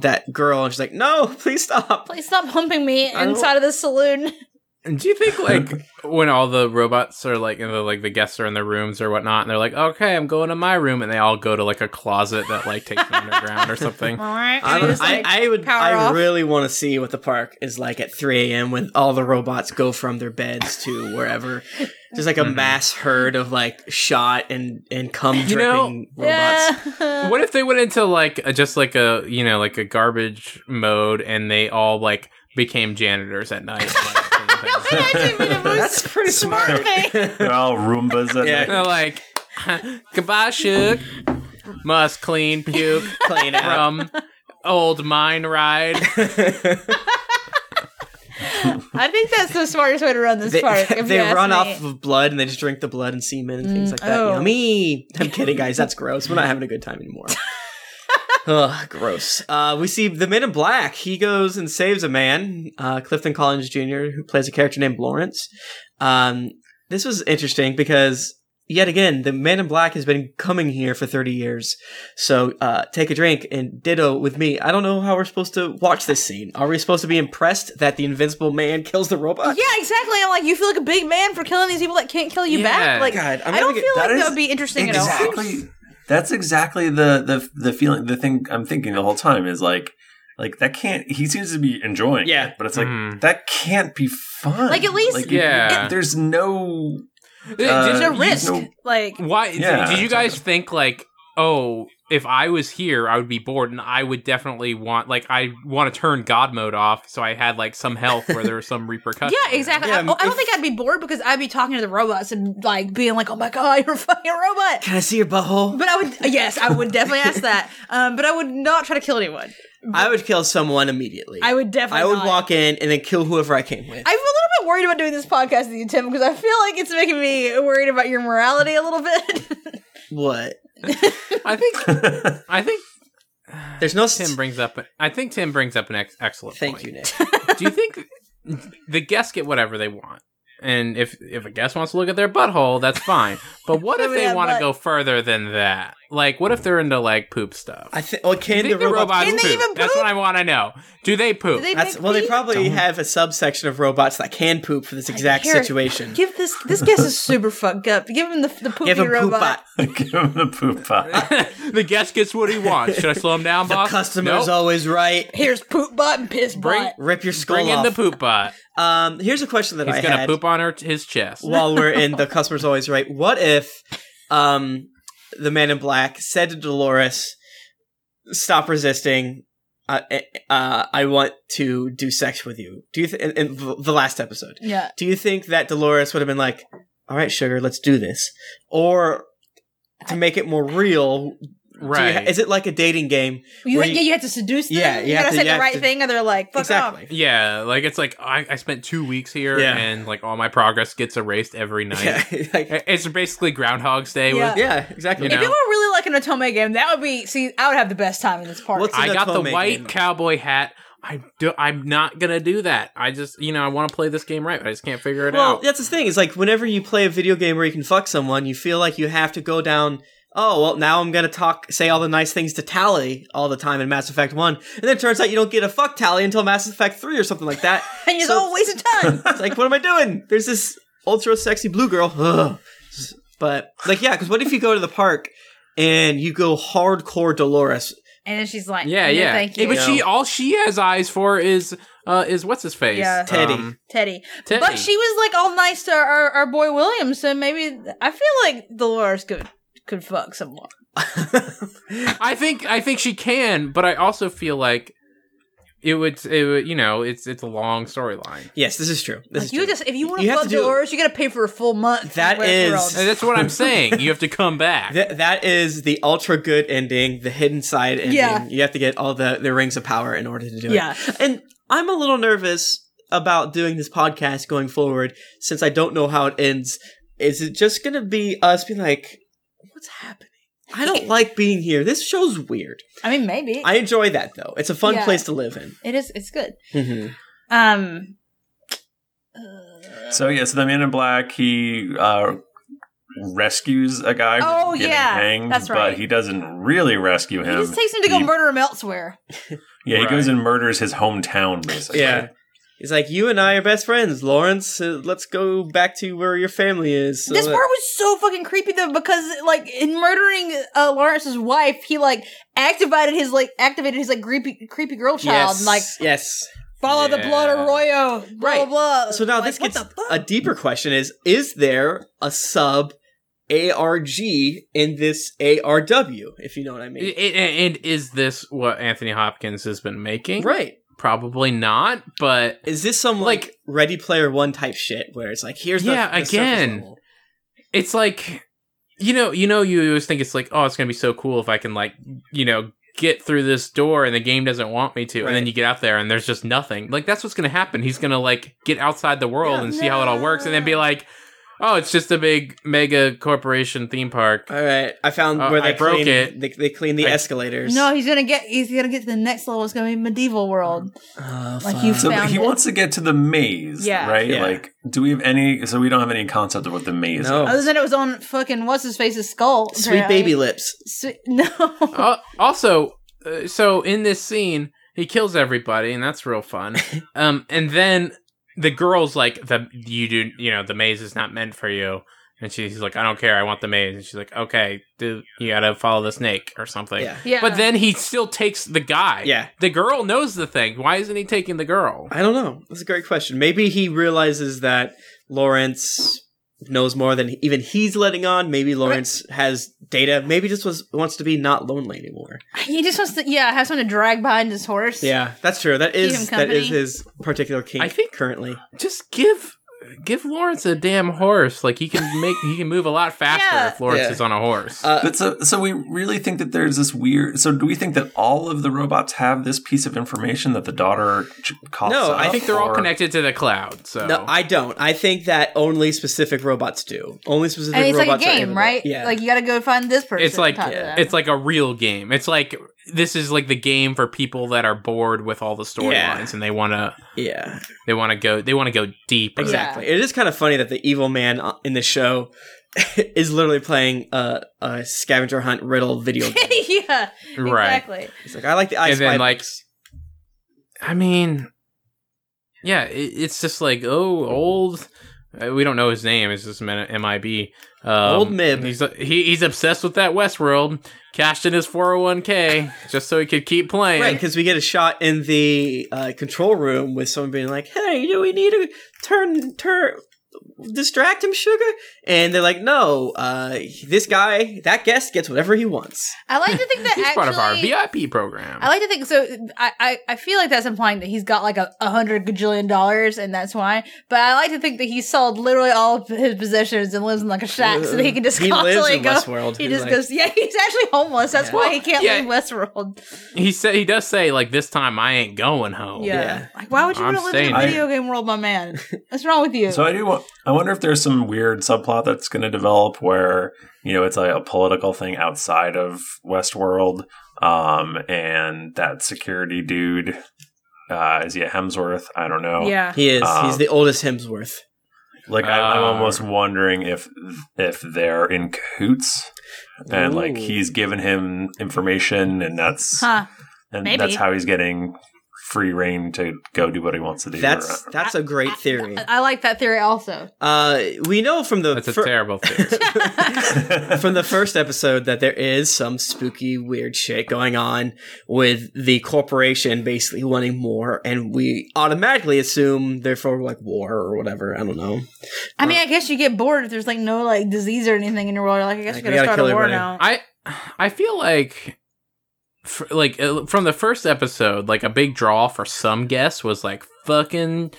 [SPEAKER 4] that girl, and she's like, "No, please stop."
[SPEAKER 1] Please stop humping me
[SPEAKER 4] I don't-
[SPEAKER 1] inside of the saloon.
[SPEAKER 2] Do you think like when all the robots are like in the like the guests are in their rooms or whatnot, and they're like, okay, I'm going to my room, and they all go to like a closet that like takes them underground or something.
[SPEAKER 1] All right.
[SPEAKER 4] I,
[SPEAKER 1] And
[SPEAKER 4] don't,
[SPEAKER 1] it's like,
[SPEAKER 4] I, I would.
[SPEAKER 1] power
[SPEAKER 4] I
[SPEAKER 1] off.
[SPEAKER 4] really want to see what the park is like at 3 a.m. when all the robots go from their beds to wherever. There's like a
[SPEAKER 2] Mhm.
[SPEAKER 4] mass herd of like shot and and cum
[SPEAKER 2] You know-
[SPEAKER 4] dripping robots.
[SPEAKER 1] yeah.
[SPEAKER 2] What if they went into like a, just like a you know like a garbage mode, and they all like became janitors at night? Like,
[SPEAKER 1] I didn't mean it was
[SPEAKER 4] That's pretty
[SPEAKER 1] smart
[SPEAKER 4] smart.
[SPEAKER 1] thing.
[SPEAKER 3] They're all Roombas. At
[SPEAKER 4] Yeah.
[SPEAKER 3] yeah.
[SPEAKER 2] they're like, goodbye, shook. Must clean puke
[SPEAKER 4] Clean out.
[SPEAKER 2] from old mine ride.
[SPEAKER 1] I think that's the smartest way to run this
[SPEAKER 4] They,
[SPEAKER 1] park. If
[SPEAKER 4] they
[SPEAKER 1] you ask
[SPEAKER 4] run
[SPEAKER 1] me.
[SPEAKER 4] off of blood and they just drink the blood and semen and things like that.
[SPEAKER 1] oh.
[SPEAKER 4] Yummy! I'm kidding, guys. That's gross. We're not having a good time anymore. Ugh, gross. Uh, we see the Men in Black. He goes and saves a man, uh, Clifton Collins Jr., who plays a character named Lawrence. Um, this was interesting because yet again, the Man in Black has been coming here for 30 years. So uh, take a drink and ditto with me. I don't know how we're supposed to watch this scene. Are we supposed to be impressed that the Invincible Man kills the robot?
[SPEAKER 1] Yeah, exactly. I'm like, you feel like a big man for killing these people that can't kill you
[SPEAKER 2] Yeah.
[SPEAKER 1] back. Like,
[SPEAKER 4] God, I'm
[SPEAKER 1] I don't
[SPEAKER 4] having a-
[SPEAKER 1] feel like
[SPEAKER 3] that
[SPEAKER 1] that
[SPEAKER 3] is
[SPEAKER 1] would be interesting at all.
[SPEAKER 3] Exactly. That's exactly the, the the feeling. The thing I'm thinking the whole time is like, like that can't. He seems to be enjoying.
[SPEAKER 4] Yeah.
[SPEAKER 3] it, but it's like
[SPEAKER 2] Mm.
[SPEAKER 3] that can't be fun.
[SPEAKER 1] Like, at least-
[SPEAKER 3] Like,
[SPEAKER 2] Yeah.
[SPEAKER 3] there's no.
[SPEAKER 2] Did
[SPEAKER 1] There's
[SPEAKER 2] you-
[SPEAKER 1] no
[SPEAKER 3] Uh,
[SPEAKER 1] risk.
[SPEAKER 3] no-
[SPEAKER 1] Like,
[SPEAKER 2] Why
[SPEAKER 3] Yeah,
[SPEAKER 2] did you
[SPEAKER 3] it's
[SPEAKER 2] guys think like, oh, if I was here, I would be bored, and I would definitely want like I want to turn God mode off, so I had like some health where there was some repercussions.
[SPEAKER 1] yeah, exactly.
[SPEAKER 4] Yeah,
[SPEAKER 1] I, oh, I
[SPEAKER 4] if-
[SPEAKER 1] don't think I'd be bored because I'd be talking to the robots and like being like, "Oh my god, you're a fucking robot."
[SPEAKER 4] Can I see your butthole?
[SPEAKER 1] But I would, yes, I would definitely ask that. Um, but I would not try to kill anyone.
[SPEAKER 4] I would kill someone immediately.
[SPEAKER 1] I would definitely.
[SPEAKER 4] I would
[SPEAKER 1] not.
[SPEAKER 4] walk in and then kill whoever I came with.
[SPEAKER 1] I'm a little bit worried about doing this podcast with you, Tim, because I feel like it's making me worried about your morality a little bit.
[SPEAKER 4] what?
[SPEAKER 2] I think I think
[SPEAKER 4] There's no. s-
[SPEAKER 2] Tim brings up. I think Tim brings up an ex- excellent.
[SPEAKER 4] Thank
[SPEAKER 2] point.
[SPEAKER 4] you, Nick.
[SPEAKER 2] Do you think the guests get whatever they want? And if if a guest wants to look at their butthole, that's fine. But what if
[SPEAKER 1] Somebody
[SPEAKER 2] they
[SPEAKER 1] had
[SPEAKER 2] want to
[SPEAKER 1] butt.
[SPEAKER 2] go further than that? Like, what if they're into like poop stuff?
[SPEAKER 4] I think. Well, can
[SPEAKER 2] Do you think
[SPEAKER 4] the
[SPEAKER 2] the
[SPEAKER 4] robot?
[SPEAKER 2] robots
[SPEAKER 1] Can they
[SPEAKER 2] poop?
[SPEAKER 1] even
[SPEAKER 2] That's
[SPEAKER 1] poop?
[SPEAKER 2] what I want to know. Do they poop?
[SPEAKER 1] Do they
[SPEAKER 4] That's
[SPEAKER 1] make
[SPEAKER 4] well. They
[SPEAKER 1] pee?
[SPEAKER 4] probably have a subsection of robots that can poop for this exact
[SPEAKER 1] Here,
[SPEAKER 4] situation.
[SPEAKER 1] Give this this guest is super fucked up. Give him the the poopy
[SPEAKER 4] Give a poop
[SPEAKER 1] robot.
[SPEAKER 4] bot.
[SPEAKER 3] Give him the poop pot.
[SPEAKER 2] the guest gets what he wants. Should I slow him down,
[SPEAKER 4] The
[SPEAKER 2] boss?
[SPEAKER 4] customer's
[SPEAKER 2] Nope.
[SPEAKER 4] always right.
[SPEAKER 1] Here's poop bot and piss
[SPEAKER 2] Bring-
[SPEAKER 1] bot.
[SPEAKER 4] Rip your skull
[SPEAKER 2] Bring in
[SPEAKER 4] off.
[SPEAKER 2] the poop bot.
[SPEAKER 4] Um, here's a question that
[SPEAKER 2] He's
[SPEAKER 4] I
[SPEAKER 2] gonna
[SPEAKER 4] had
[SPEAKER 2] poop on her his chest.
[SPEAKER 4] while we're in the customer's always right. What if, um, the man in black said to Dolores, "Stop resisting. Uh, eh, uh, I want to do sex with you." Do you th- in, in the the last episode?
[SPEAKER 1] Yeah.
[SPEAKER 4] Do you think that Dolores would have been like, "All right, sugar, let's do this," or to make it more real? do you ha-
[SPEAKER 2] right.
[SPEAKER 4] is it like a dating game?
[SPEAKER 1] You,
[SPEAKER 4] Where
[SPEAKER 1] yeah,
[SPEAKER 4] you-
[SPEAKER 1] you have to seduce them.
[SPEAKER 4] Yeah, you
[SPEAKER 1] you,
[SPEAKER 4] have
[SPEAKER 1] gotta
[SPEAKER 4] to-
[SPEAKER 1] say
[SPEAKER 4] you have
[SPEAKER 1] the right
[SPEAKER 4] to-
[SPEAKER 1] thing, or they're like, "Fuck
[SPEAKER 4] exactly.
[SPEAKER 1] off."
[SPEAKER 2] yeah, like it's like I, I spent two weeks here
[SPEAKER 4] Yeah.
[SPEAKER 2] and like all my progress gets erased every night.
[SPEAKER 4] Yeah, like,
[SPEAKER 2] I- It's basically Groundhog's Day
[SPEAKER 1] Yeah.
[SPEAKER 2] with
[SPEAKER 4] yeah, exactly.
[SPEAKER 2] You know?
[SPEAKER 1] If it were really like an Otome game, that would be. See, I would have the best time in this park.
[SPEAKER 4] What's-
[SPEAKER 2] I got the
[SPEAKER 4] Natome
[SPEAKER 2] white
[SPEAKER 4] game.
[SPEAKER 2] cowboy hat. I do, I'm not gonna do that. I just you know I want to play this game right. but I just can't figure it
[SPEAKER 4] Well,
[SPEAKER 2] out.
[SPEAKER 4] that's the thing. Is like whenever you play a video game where you can fuck someone, you feel like you have to go down. Oh well, now I'm gonna talk, say all the nice things to Tally all the time in Mass Effect One, and then it turns out you don't get a fuck Tally until Mass Effect Three or something like that.
[SPEAKER 1] and it's
[SPEAKER 4] so-
[SPEAKER 1] all a waste of time.
[SPEAKER 4] it's like, what am I doing? There's this ultra sexy blue girl. Ugh. But like, yeah, because what if you go to the park and you go hardcore Dolores?
[SPEAKER 1] and then she's like,
[SPEAKER 2] yeah,
[SPEAKER 1] "No,
[SPEAKER 2] yeah.
[SPEAKER 1] thank
[SPEAKER 2] Hey,
[SPEAKER 1] you,
[SPEAKER 2] But she all she has eyes for is uh is what's his face Um,
[SPEAKER 1] Yeah.
[SPEAKER 4] Teddy.
[SPEAKER 1] Teddy."
[SPEAKER 2] Teddy.
[SPEAKER 1] But she was like all nice to our, our boy William, so maybe I feel like Dolores could could fuck someone.
[SPEAKER 2] I think I think she can, but I also feel like it would it would, you know it's it's a long storyline.
[SPEAKER 4] Yes, this is true. This
[SPEAKER 1] Like
[SPEAKER 4] is
[SPEAKER 1] you
[SPEAKER 4] true.
[SPEAKER 1] just if you want
[SPEAKER 4] You
[SPEAKER 1] to
[SPEAKER 4] have
[SPEAKER 1] fuck
[SPEAKER 4] to do-
[SPEAKER 1] Dolores, you got to pay for a full month.
[SPEAKER 4] That
[SPEAKER 1] Where it's
[SPEAKER 4] is-
[SPEAKER 1] wrong.
[SPEAKER 2] And that's what I'm saying. You have to come back.
[SPEAKER 4] Th- that is the ultra good ending, the hidden side ending.
[SPEAKER 1] Yeah.
[SPEAKER 4] You have to get all the, the rings of power in order to do
[SPEAKER 1] Yeah.
[SPEAKER 4] it. And I'm a little nervous about doing this podcast going forward since I don't know how it ends. Is it just going to be us being like, what's happening? I don't like being here. This show's weird.
[SPEAKER 1] I mean, maybe
[SPEAKER 4] I enjoy that though. It's a fun
[SPEAKER 1] Yeah.
[SPEAKER 4] place to live in.
[SPEAKER 1] it is. It's good.
[SPEAKER 4] Mm-hmm.
[SPEAKER 1] Um. uh,
[SPEAKER 3] So yeah, so the man in black he uh, rescues a guy.
[SPEAKER 1] Oh,
[SPEAKER 3] getting
[SPEAKER 1] yeah,
[SPEAKER 3] hanged,
[SPEAKER 1] that's right.
[SPEAKER 3] But he doesn't really rescue
[SPEAKER 1] He
[SPEAKER 3] him.
[SPEAKER 1] just takes him to go
[SPEAKER 3] He-
[SPEAKER 1] murder him elsewhere.
[SPEAKER 3] yeah, he
[SPEAKER 2] Right.
[SPEAKER 3] goes and murders his hometown basically.
[SPEAKER 4] Yeah. He's like, you and I are best friends, Lawrence. Uh, let's go back to where your family is. Uh, So
[SPEAKER 1] this
[SPEAKER 4] that-
[SPEAKER 1] part was so fucking creepy though because like in murdering uh, Lawrence's wife, he like activated his like activated his like creepy creepy girl child
[SPEAKER 4] yes,
[SPEAKER 1] and like
[SPEAKER 4] yes.
[SPEAKER 1] follow the blood
[SPEAKER 2] Yeah.
[SPEAKER 1] arroyo. Blah,
[SPEAKER 4] Right.
[SPEAKER 1] Blah, blah.
[SPEAKER 4] So now
[SPEAKER 1] Like,
[SPEAKER 4] this
[SPEAKER 1] what
[SPEAKER 4] gets
[SPEAKER 1] the fuck?
[SPEAKER 4] a deeper question: Is is there a sub ARG in this ARW? If you know what I mean.
[SPEAKER 2] It- and is this what Anthony Hopkins has been making?
[SPEAKER 4] Right.
[SPEAKER 2] Probably not, but
[SPEAKER 4] Is this some like,
[SPEAKER 2] Like-
[SPEAKER 4] Ready Player One type shit where it's like here's
[SPEAKER 2] Yeah,
[SPEAKER 4] the, the surface
[SPEAKER 2] again.
[SPEAKER 4] level.
[SPEAKER 2] it's like you know, you know you always think it's like, oh, it's going to be so cool if I can like, you know, get through this door and the game doesn't want me to. And then
[SPEAKER 4] Right.
[SPEAKER 2] you get out there and there's just nothing. Like that's what's going to happen. He's going to like get outside the world
[SPEAKER 4] Yeah.
[SPEAKER 2] and see how it all works and then be
[SPEAKER 1] No.
[SPEAKER 2] like, "Oh, it's just a big mega corporation theme park."
[SPEAKER 4] All right, I found
[SPEAKER 2] Uh,
[SPEAKER 4] where they
[SPEAKER 2] I broke
[SPEAKER 4] clean,
[SPEAKER 2] it.
[SPEAKER 4] They, they clean the
[SPEAKER 2] I-
[SPEAKER 4] escalators.
[SPEAKER 1] no, he's gonna get. He's gonna get to the next level. It's gonna be medieval world.
[SPEAKER 4] Oh,
[SPEAKER 1] Like you
[SPEAKER 4] fuck.
[SPEAKER 3] So but
[SPEAKER 1] Found
[SPEAKER 3] he
[SPEAKER 1] it.
[SPEAKER 3] wants to get to the maze,
[SPEAKER 1] Yeah.
[SPEAKER 3] right?
[SPEAKER 4] Yeah.
[SPEAKER 3] Like, do we have any? So we don't have any concept of what the maze.
[SPEAKER 4] No.
[SPEAKER 3] is.
[SPEAKER 1] Other than it was on fucking what's his face's skull.
[SPEAKER 4] Oh. sweet
[SPEAKER 1] apparently.
[SPEAKER 4] baby lips.
[SPEAKER 1] Sweet, no.
[SPEAKER 2] uh, also, uh, so in this scene, he kills everybody, and that's real fun. um, and then the girl's like, "The you do, you know, the maze is not meant for you." And she's like, "I don't care. I want the maze." And she's like, "Okay, dude, you gotta follow the snake or something."
[SPEAKER 4] Yeah.
[SPEAKER 1] yeah.
[SPEAKER 2] But then he still takes the guy.
[SPEAKER 4] Yeah.
[SPEAKER 2] The girl knows the thing. Why isn't he taking the girl?
[SPEAKER 4] I don't know. That's a great question. Maybe he realizes that Lawrence knows more than even he's letting on. Maybe Lawrence has data. Maybe just was wants to be not lonely anymore.
[SPEAKER 1] he just wants to yeah have someone to drag behind his horse.
[SPEAKER 4] Yeah, that's true. That is
[SPEAKER 1] him
[SPEAKER 4] that is
[SPEAKER 1] company.
[SPEAKER 4] his particular kink.
[SPEAKER 2] I think-
[SPEAKER 4] currently.
[SPEAKER 2] Just give. Give Lawrence a damn horse. Like he can make, he can move a lot faster
[SPEAKER 1] Yeah.
[SPEAKER 2] if Lawrence
[SPEAKER 4] Yeah.
[SPEAKER 2] is on a horse.
[SPEAKER 4] Uh,
[SPEAKER 3] But so, so we really think that there's this weird. So, do we think that all of the robots have this piece of information that the daughter ch- coughs
[SPEAKER 4] No,
[SPEAKER 3] up,
[SPEAKER 2] I think they're all
[SPEAKER 3] or-
[SPEAKER 2] connected to the cloud. So
[SPEAKER 4] No, I don't. I think that only specific robots do. Only specific
[SPEAKER 1] And it's like a
[SPEAKER 4] robots are able
[SPEAKER 1] game,
[SPEAKER 4] to-
[SPEAKER 1] right?
[SPEAKER 4] Yeah.
[SPEAKER 1] Like you gotta go find this person.
[SPEAKER 2] it's like
[SPEAKER 1] to talk to them.
[SPEAKER 2] it's like a real game. It's like this is like the game for people that are bored with all the storylines
[SPEAKER 4] Yeah.
[SPEAKER 2] and they want to
[SPEAKER 4] yeah.
[SPEAKER 2] they want to go they want to go deeper.
[SPEAKER 4] Exactly. It is kind of funny that the evil man uh, in the show is literally playing a, a scavenger hunt riddle video game.
[SPEAKER 1] yeah,
[SPEAKER 2] Right.
[SPEAKER 1] exactly.
[SPEAKER 4] He's like, I like the ice.
[SPEAKER 2] And then
[SPEAKER 4] Spy
[SPEAKER 2] like
[SPEAKER 4] books.
[SPEAKER 2] I mean yeah, it, it's just like oh old uh, we don't know his name. It's just M- MIB. Um,
[SPEAKER 4] Old Mib.
[SPEAKER 2] He's he, he's obsessed with that Westworld. Cashed in his 401k just so he could keep playing.
[SPEAKER 4] Right, because we get a shot in the uh, control room with someone being like, "Hey, do we need to turn turn distract him, sugar?" And they're like, "No, uh, this guy, that guest gets whatever he wants."
[SPEAKER 1] I like to think that
[SPEAKER 2] He's
[SPEAKER 1] actually.
[SPEAKER 2] part of our VIP program.
[SPEAKER 1] I like to think so. I, I, I feel like that's implying that he's got like a, a hundred gajillion dollars and that's why. But I like to think that he sold literally all of his possessions and lives in like a shack so that he can just
[SPEAKER 4] Uh, he lives
[SPEAKER 1] constantly
[SPEAKER 4] in
[SPEAKER 1] go.
[SPEAKER 4] Westworld.
[SPEAKER 1] He
[SPEAKER 4] He's
[SPEAKER 1] just
[SPEAKER 4] like-
[SPEAKER 1] goes, yeah, he's actually homeless. That's
[SPEAKER 4] Yeah.
[SPEAKER 1] why he can't
[SPEAKER 2] Yeah.
[SPEAKER 1] leave Westworld.
[SPEAKER 2] He said he does say like this time I ain't going home.
[SPEAKER 1] Yeah.
[SPEAKER 4] yeah.
[SPEAKER 1] Like, why would you
[SPEAKER 2] I'm
[SPEAKER 1] want to live in a
[SPEAKER 3] staying
[SPEAKER 1] video game world, my man? What's wrong with you?
[SPEAKER 3] So I do. wa- I wonder if there's some weird subplot that's going to develop where you know it's like a political thing outside of Westworld, um, and that security dude uh, is he a Hemsworth? I don't
[SPEAKER 2] Oh.
[SPEAKER 3] know.
[SPEAKER 1] yeah.
[SPEAKER 4] He is. He's
[SPEAKER 3] Um,
[SPEAKER 4] the oldest Hemsworth.
[SPEAKER 3] Like I, I'm
[SPEAKER 2] Uh.
[SPEAKER 3] almost wondering if if they're in cahoots, and like
[SPEAKER 4] Ooh.
[SPEAKER 3] he's given him information, and that's
[SPEAKER 1] Huh.
[SPEAKER 3] and
[SPEAKER 1] maybe.
[SPEAKER 3] that's how he's getting free reign to go do what he wants to do.
[SPEAKER 4] That's that's a
[SPEAKER 1] I-
[SPEAKER 4] great theory.
[SPEAKER 1] I, I like that theory also.
[SPEAKER 4] Uh, we know from the
[SPEAKER 2] That's a
[SPEAKER 4] fir-
[SPEAKER 2] terrible theory.
[SPEAKER 4] from the first episode that there is some spooky weird shit going on with the corporation basically wanting more and we automatically assume they're for like war or whatever i don't know
[SPEAKER 1] I mean, I guess you get bored if there's like no like disease or anything in your world. You're Like, I guess
[SPEAKER 4] Like,
[SPEAKER 1] you
[SPEAKER 4] we
[SPEAKER 1] gotta
[SPEAKER 4] gotta
[SPEAKER 1] start a
[SPEAKER 4] kill
[SPEAKER 1] war
[SPEAKER 4] everybody.
[SPEAKER 1] now.
[SPEAKER 2] I I feel like f like uh, from the first episode, like a big draw for some guests was like fucking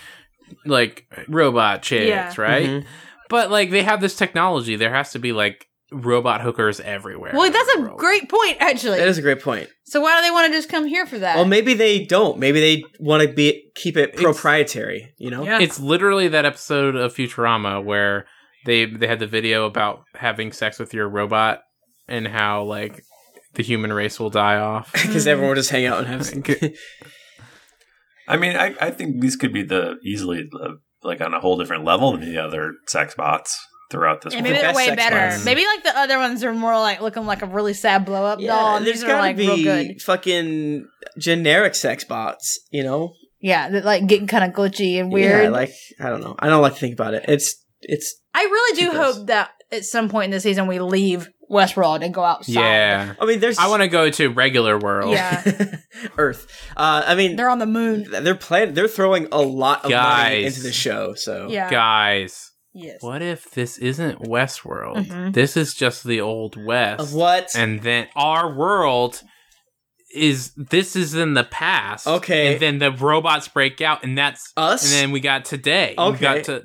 [SPEAKER 2] like robot chicks,
[SPEAKER 1] Yeah.
[SPEAKER 2] right?
[SPEAKER 4] Mhm.
[SPEAKER 1] Mm-hmm.
[SPEAKER 2] But like they have this technology, there has to be like robot hookers everywhere.
[SPEAKER 1] Well,
[SPEAKER 2] in
[SPEAKER 1] that's
[SPEAKER 2] the
[SPEAKER 1] a
[SPEAKER 2] world.
[SPEAKER 1] great point, actually.
[SPEAKER 4] That is a great point.
[SPEAKER 1] so why do they want to just come here for that?
[SPEAKER 4] Well, maybe they don't. Maybe they want to be keep it
[SPEAKER 2] It's-
[SPEAKER 4] proprietary. You know.
[SPEAKER 1] Yeah.
[SPEAKER 2] It's literally that episode of Futurama where they they had the video about having sex with your robot and how like the human race will die off.
[SPEAKER 4] Because everyone would just hang out and have.
[SPEAKER 3] I mean, I, I think these could be the easily the, like on a whole different level than the other sex bots throughout this.
[SPEAKER 1] yeah,
[SPEAKER 3] one.
[SPEAKER 1] maybe
[SPEAKER 4] the
[SPEAKER 1] they're
[SPEAKER 4] best
[SPEAKER 1] way
[SPEAKER 4] sex
[SPEAKER 1] better.
[SPEAKER 2] bots.
[SPEAKER 1] Maybe like the other ones are more like looking like a really sad blow up doll. And
[SPEAKER 4] there's
[SPEAKER 1] these are
[SPEAKER 4] gotta
[SPEAKER 1] like real
[SPEAKER 4] be
[SPEAKER 1] good.
[SPEAKER 4] fucking generic sex bots. You know.
[SPEAKER 1] Yeah, that like getting kind of glitchy and weird.
[SPEAKER 4] Yeah, like I don't know. I don't like to think about it. It's it's
[SPEAKER 1] I really do
[SPEAKER 4] Keepers.
[SPEAKER 1] hope that at some point in the season we leave Westworld and go outside.
[SPEAKER 2] yeah.
[SPEAKER 4] I mean, there's.
[SPEAKER 2] I want to go to regular world.
[SPEAKER 1] Yeah.
[SPEAKER 4] Earth. Uh, I mean,
[SPEAKER 1] They're on the moon.
[SPEAKER 4] they're plan- They're throwing a lot of money
[SPEAKER 2] Guys.
[SPEAKER 4] into the show. So
[SPEAKER 1] Yeah.
[SPEAKER 2] Guys,
[SPEAKER 1] Yes.
[SPEAKER 2] what if this isn't Westworld?
[SPEAKER 1] Mhm.
[SPEAKER 2] This is just the old West.
[SPEAKER 4] of what?
[SPEAKER 2] And then our world is this is in the past.
[SPEAKER 4] Okay.
[SPEAKER 2] And then the robots break out and that's
[SPEAKER 4] Us.
[SPEAKER 2] and then we got today. We
[SPEAKER 4] Okay.
[SPEAKER 2] got to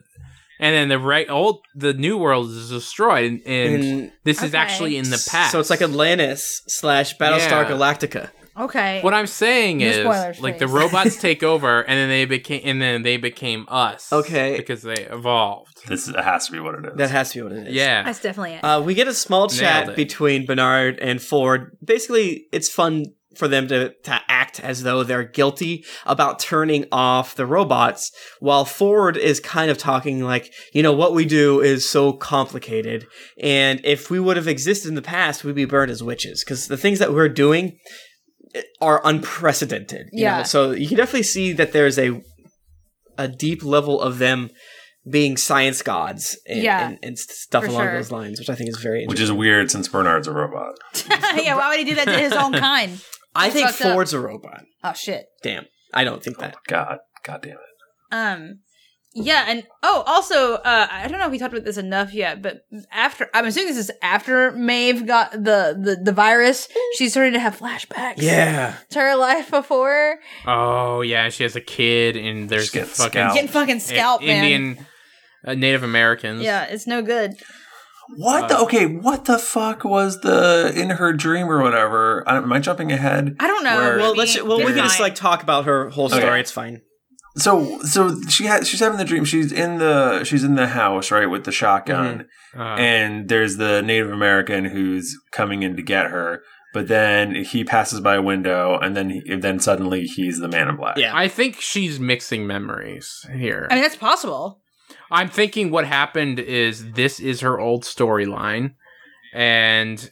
[SPEAKER 2] and then the right old the new world is destroyed and, and
[SPEAKER 4] In-
[SPEAKER 2] this is
[SPEAKER 1] Okay.
[SPEAKER 2] actually in the past.
[SPEAKER 4] So it's like Atlantis slash Battlestar
[SPEAKER 2] Yeah.
[SPEAKER 4] Galactica.
[SPEAKER 1] Okay.
[SPEAKER 2] what I'm saying
[SPEAKER 1] No
[SPEAKER 2] is,
[SPEAKER 1] spoilers,
[SPEAKER 2] like the
[SPEAKER 1] please.
[SPEAKER 2] robots take over, and then they became, and then they became us.
[SPEAKER 4] Okay.
[SPEAKER 2] because they evolved.
[SPEAKER 3] this is, it has to be what it is.
[SPEAKER 4] That has to be what it is.
[SPEAKER 2] Yeah,
[SPEAKER 1] That's definitely it.
[SPEAKER 4] Uh, we get a small
[SPEAKER 2] Nailed
[SPEAKER 4] chat
[SPEAKER 2] it.
[SPEAKER 4] between Bernard and Ford. Basically, it's fun for them to, to act as though they're guilty about turning off the robots, while Ford is kind of talking like, you know, what we do is so complicated. And if we would have existed in the past, we'd be burned as witches. Because the things that we're doing eh, are unprecedented. you
[SPEAKER 1] Yeah.
[SPEAKER 4] know? So you can definitely see that there's a a deep level of them being science gods and,
[SPEAKER 1] Yeah.
[SPEAKER 4] and, and stuff
[SPEAKER 1] For
[SPEAKER 4] along
[SPEAKER 1] sure.
[SPEAKER 4] those lines, which I think is very
[SPEAKER 3] which
[SPEAKER 4] interesting.
[SPEAKER 3] is weird since Bernard's a robot.
[SPEAKER 1] yeah, why would he do that to his own kind?
[SPEAKER 4] I think
[SPEAKER 1] fucked up.
[SPEAKER 4] Ford's a robot.
[SPEAKER 1] Oh shit.
[SPEAKER 4] Damn. I don't think that.
[SPEAKER 3] God, God damn it.
[SPEAKER 1] Um yeah, and oh, also, uh, I don't know if we talked about this enough yet, but after I'm assuming this is after Maeve got the the, the virus, she's starting to have flashbacks
[SPEAKER 4] Yeah.
[SPEAKER 1] to her life before.
[SPEAKER 2] Oh yeah, she has a kid, and there's
[SPEAKER 3] Just get
[SPEAKER 2] fucking
[SPEAKER 3] scalped.
[SPEAKER 1] Getting fucking scalped,
[SPEAKER 2] I-
[SPEAKER 1] man.
[SPEAKER 2] Indian uh, Native Americans.
[SPEAKER 1] Yeah, it's no good.
[SPEAKER 3] What the
[SPEAKER 2] Uh,
[SPEAKER 3] okay? What the fuck was the in her dream or whatever? I, am I jumping ahead?
[SPEAKER 1] I don't know.
[SPEAKER 3] Where-
[SPEAKER 4] Well,
[SPEAKER 1] Maybe
[SPEAKER 4] let's well we
[SPEAKER 1] it's
[SPEAKER 4] can just
[SPEAKER 1] fine.
[SPEAKER 4] like talk about her whole story.
[SPEAKER 3] Okay.
[SPEAKER 4] It's fine.
[SPEAKER 3] So so she ha- she's having the dream. She's in the she's in the house right with the
[SPEAKER 4] Mm-hmm.
[SPEAKER 3] shotgun,
[SPEAKER 4] Uh-huh.
[SPEAKER 2] Uh,
[SPEAKER 3] and there's the Native American who's coming in to get her. But then he passes by a window, and then he, then suddenly he's the Man in Black.
[SPEAKER 4] Yeah.
[SPEAKER 2] I think she's mixing memories here.
[SPEAKER 1] I mean, that's possible.
[SPEAKER 2] I'm thinking what happened is this is her old storyline, and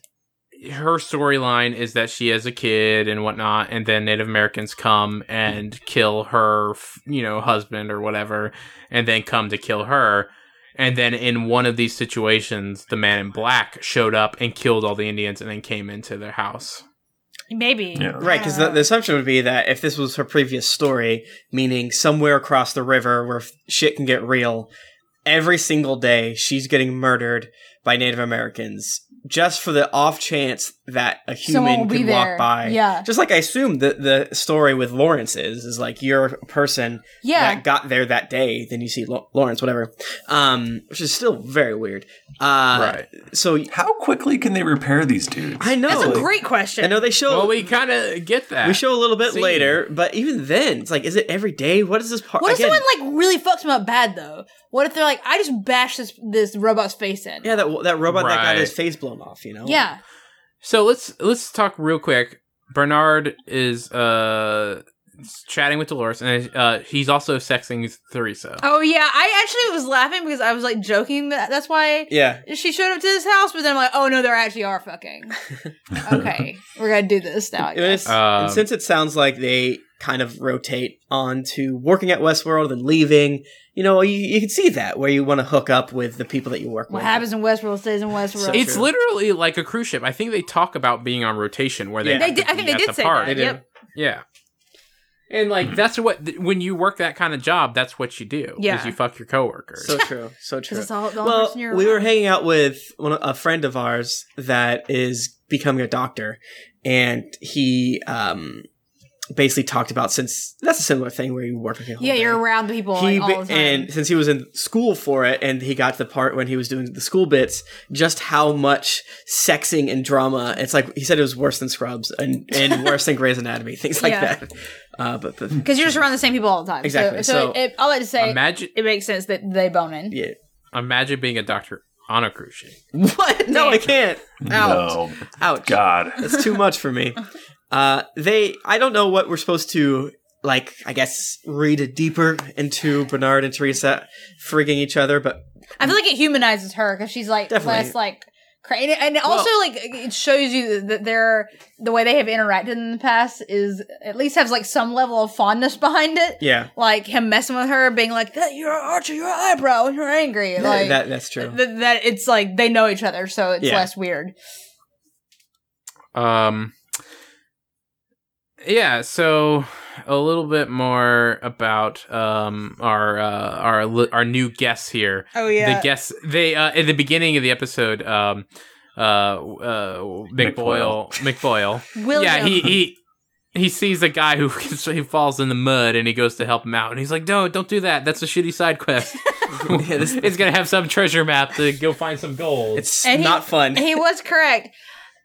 [SPEAKER 2] her storyline is that she has a kid and whatnot, and then Native Americans come and kill her, f- you know, husband or whatever, and then come to kill her. And then in one of these situations, the man in black showed up and killed all the Indians and then came into their house.
[SPEAKER 1] Maybe.
[SPEAKER 3] Yeah.
[SPEAKER 4] Right, because the, the assumption would be that if this was her previous story, meaning somewhere across the river where f- shit can get real, every single day she's getting murdered by Native Americans just for the off chance that a human could walk by.
[SPEAKER 1] Yeah.
[SPEAKER 4] Just like I assume the, the story with Lawrence is, is like you're a person
[SPEAKER 1] Yeah.
[SPEAKER 4] that got there that day, then you see Lo- Lawrence, whatever, um, which is still very weird. Uh,
[SPEAKER 2] right.
[SPEAKER 4] So
[SPEAKER 3] How quickly can they repair these dudes?
[SPEAKER 4] I know.
[SPEAKER 1] that's a great
[SPEAKER 4] I
[SPEAKER 1] question.
[SPEAKER 4] know they show
[SPEAKER 2] Well, we kind of get that.
[SPEAKER 4] we show a little bit
[SPEAKER 2] Scene.
[SPEAKER 4] later, but even then, it's like, is it every day? What is this part?
[SPEAKER 1] What if
[SPEAKER 4] Again,
[SPEAKER 1] someone like really fucks him up bad though? What if they're like, I just bashed this this robot's face in?
[SPEAKER 4] yeah, that that robot that got
[SPEAKER 2] Right.
[SPEAKER 4] his face blown off, you know?
[SPEAKER 1] Yeah.
[SPEAKER 2] So let's let's talk real quick. Bernard is uh chatting with Dolores, and uh, he's also sexing Teresa.
[SPEAKER 1] Oh yeah, I actually was laughing because I was like joking that that's why
[SPEAKER 4] yeah.
[SPEAKER 1] she showed up to this house, but then I'm like, oh no, they actually are fucking. okay, we're gonna do this now. I
[SPEAKER 4] And,
[SPEAKER 1] guess.
[SPEAKER 4] it's-
[SPEAKER 2] Um,
[SPEAKER 4] and since it sounds like they kind of rotate on to working at Westworld and leaving, you know, you, you can see that where you want to hook up with the people that you work
[SPEAKER 1] What
[SPEAKER 4] with.
[SPEAKER 1] happens in Westworld stays in Westworld.
[SPEAKER 4] It's
[SPEAKER 2] It's literally like a cruise ship. I think they talk about being on rotation where they,
[SPEAKER 4] Yeah.
[SPEAKER 2] have
[SPEAKER 1] They
[SPEAKER 2] to
[SPEAKER 1] did- I think
[SPEAKER 2] be
[SPEAKER 1] they
[SPEAKER 2] at
[SPEAKER 1] did
[SPEAKER 2] the
[SPEAKER 1] say
[SPEAKER 2] park.
[SPEAKER 1] that.
[SPEAKER 4] They do.
[SPEAKER 1] Yep.
[SPEAKER 2] Yeah. And like that's what th- when you work that kind of job, that's what you do.
[SPEAKER 1] Yeah.
[SPEAKER 2] Is you fuck your coworkers.
[SPEAKER 4] So true. So true.
[SPEAKER 1] because it's all the only
[SPEAKER 4] well,
[SPEAKER 1] person you're
[SPEAKER 4] we were
[SPEAKER 1] around.
[SPEAKER 4] hanging out with one, a friend of ours that is becoming a doctor, and he um, basically talked about since that's a similar thing where you work with a whole
[SPEAKER 1] yeah,
[SPEAKER 4] day.
[SPEAKER 1] you're around the people
[SPEAKER 4] He
[SPEAKER 1] like, all
[SPEAKER 4] be-
[SPEAKER 1] the time.
[SPEAKER 4] and since he was in school for it, and he got to the part when he was doing the school bits, just how much sexing and drama. It's like he said it was worse than Scrubs and, and worse than Grey's Anatomy, things like
[SPEAKER 1] Yeah.
[SPEAKER 4] that. Uh, but the,
[SPEAKER 1] because you're just around the same people all the time.
[SPEAKER 4] Exactly,
[SPEAKER 1] So, so,
[SPEAKER 4] so-
[SPEAKER 1] it, all that to say,
[SPEAKER 2] Imagine,
[SPEAKER 1] it makes sense that they bone in.
[SPEAKER 4] yeah,
[SPEAKER 2] imagine being a doctor on a cruise ship.
[SPEAKER 4] what? No, I can't. Ouch!
[SPEAKER 3] No,
[SPEAKER 4] Ouch!
[SPEAKER 3] God.
[SPEAKER 4] That's too much for me. Uh, they, I don't know what we're supposed to like. I guess read deeper into Bernard and Teresa frigging each other, but
[SPEAKER 1] I feel like it humanizes her because she's like
[SPEAKER 4] Definitely.
[SPEAKER 1] less like. cra- And, and it also, like, it shows you that they're the way they have interacted in the past is at least has like some level of fondness behind it.
[SPEAKER 4] yeah,
[SPEAKER 1] Like him messing with her, being like, "That you're Archer, you're an eyebrow, and you're angry." Like
[SPEAKER 4] that, that's true.
[SPEAKER 1] th- that it's like they know each other, so it's
[SPEAKER 4] Yeah.
[SPEAKER 1] less weird.
[SPEAKER 2] Um, yeah, so a little bit more about um our uh, our li- our new guests here.
[SPEAKER 1] Oh
[SPEAKER 2] The guests they uh, at the beginning of the episode um uh uh McBoyle
[SPEAKER 3] McBoyle.
[SPEAKER 2] McBoyle.
[SPEAKER 1] William.
[SPEAKER 2] Yeah, he he he sees a guy who he falls in the mud and he goes to help him out and he's like, "No, don't do that. That's a shitty side quest.
[SPEAKER 4] Yeah, this-
[SPEAKER 2] it's gonna have some treasure map to go find some gold."
[SPEAKER 4] It's
[SPEAKER 1] And he-
[SPEAKER 4] not fun.
[SPEAKER 1] he was correct.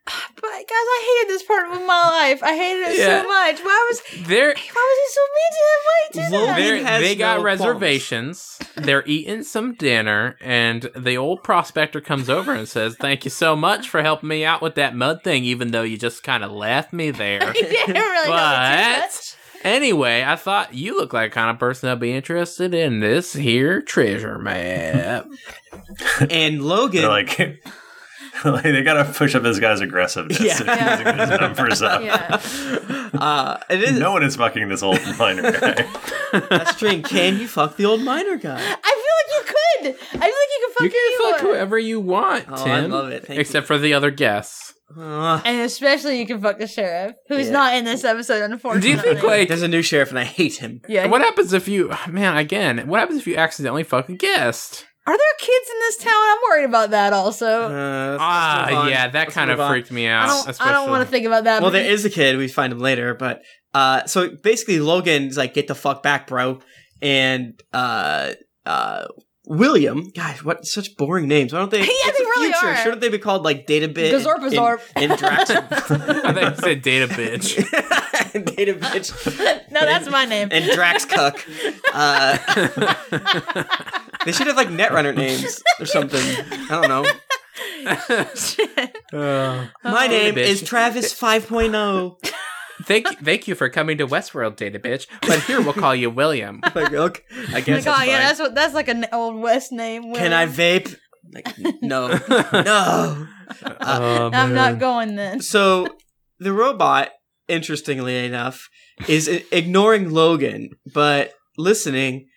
[SPEAKER 1] But guys, I hated this part of my life. I hated it
[SPEAKER 2] Yeah.
[SPEAKER 1] so much. Why was
[SPEAKER 2] There,
[SPEAKER 1] why was he so mean to him? Why did he do that?
[SPEAKER 2] They're-
[SPEAKER 4] Wolverine has
[SPEAKER 2] they got
[SPEAKER 4] no qualms.
[SPEAKER 2] reservations. They're eating some dinner, and the old prospector comes over and says, "Thank you so much for helping me out with that mud thing, even though you just kind of left me there."
[SPEAKER 1] He didn't really know too much.
[SPEAKER 2] but anyway, I thought you look like the kind of person that'd be interested in this here treasure map.
[SPEAKER 4] and Logan,
[SPEAKER 3] They're like, like, they gotta push up this guy's aggressiveness.
[SPEAKER 4] Yeah.
[SPEAKER 3] and using his numbers up.
[SPEAKER 1] Yeah.
[SPEAKER 4] uh, it is
[SPEAKER 3] No one is fucking this old miner guy.
[SPEAKER 4] that's true. Can you fuck the old miner guy?
[SPEAKER 1] I feel like you could. I feel like you could fuck
[SPEAKER 2] you can fuck
[SPEAKER 1] anyone.
[SPEAKER 2] whoever you want,
[SPEAKER 4] Oh, I
[SPEAKER 2] Tim.
[SPEAKER 4] love it. Thank
[SPEAKER 2] except for the other guests.
[SPEAKER 4] Uh,
[SPEAKER 1] and especially you can fuck the sheriff, who's
[SPEAKER 4] Yeah.
[SPEAKER 1] not in this episode,
[SPEAKER 2] Do
[SPEAKER 1] unfortunately.
[SPEAKER 2] you think like?
[SPEAKER 4] there's a new sheriff, and I hate him.
[SPEAKER 1] Yeah.
[SPEAKER 2] What happens if you, man? Again, what happens if you accidentally fuck a guest?
[SPEAKER 1] Are there kids in this town? I'm worried about that.
[SPEAKER 4] Uh,
[SPEAKER 1] Also,
[SPEAKER 4] let's- let's move
[SPEAKER 2] Ah,
[SPEAKER 4] on.
[SPEAKER 2] yeah, that
[SPEAKER 4] Let's
[SPEAKER 2] kind of
[SPEAKER 4] move on.
[SPEAKER 2] freaked me out.
[SPEAKER 1] I don't. I don't
[SPEAKER 2] especially-
[SPEAKER 1] want to think about that.
[SPEAKER 4] Well,
[SPEAKER 1] but-
[SPEAKER 4] there is a kid. We find him later, but uh, so basically, Logan's like, "Get the fuck back, bro," and uh, uh, William. Gosh, what such boring names. Why don't they?
[SPEAKER 1] Yeah,
[SPEAKER 4] it's
[SPEAKER 1] they
[SPEAKER 4] the
[SPEAKER 1] really
[SPEAKER 4] future.
[SPEAKER 1] are.
[SPEAKER 4] Shouldn't they be called like Databit?
[SPEAKER 1] Gazorpazorp.
[SPEAKER 4] And, and
[SPEAKER 2] I
[SPEAKER 4] Drax.
[SPEAKER 2] thought you said data bitch.
[SPEAKER 4] Data bitch
[SPEAKER 1] no, that's my name.
[SPEAKER 4] and Drax Cuck. Uh, They should have like Netrunner names or something. I don't know.
[SPEAKER 2] Uh,
[SPEAKER 4] My name
[SPEAKER 2] Bitch.
[SPEAKER 4] is Travis oh. 5.0.
[SPEAKER 2] thank, thank you for coming to Westworld, data bitch. But here we'll call you William.
[SPEAKER 4] like, okay, I
[SPEAKER 1] Oh my
[SPEAKER 4] guess that's
[SPEAKER 1] god, yeah,
[SPEAKER 4] fine.
[SPEAKER 1] that's what that's like an old west name.
[SPEAKER 4] Can I vape? Like, n- no, no.
[SPEAKER 2] Oh,
[SPEAKER 1] I'm
[SPEAKER 2] man.
[SPEAKER 1] not going then.
[SPEAKER 4] So the robot, interestingly enough, is i- ignoring Logan but listening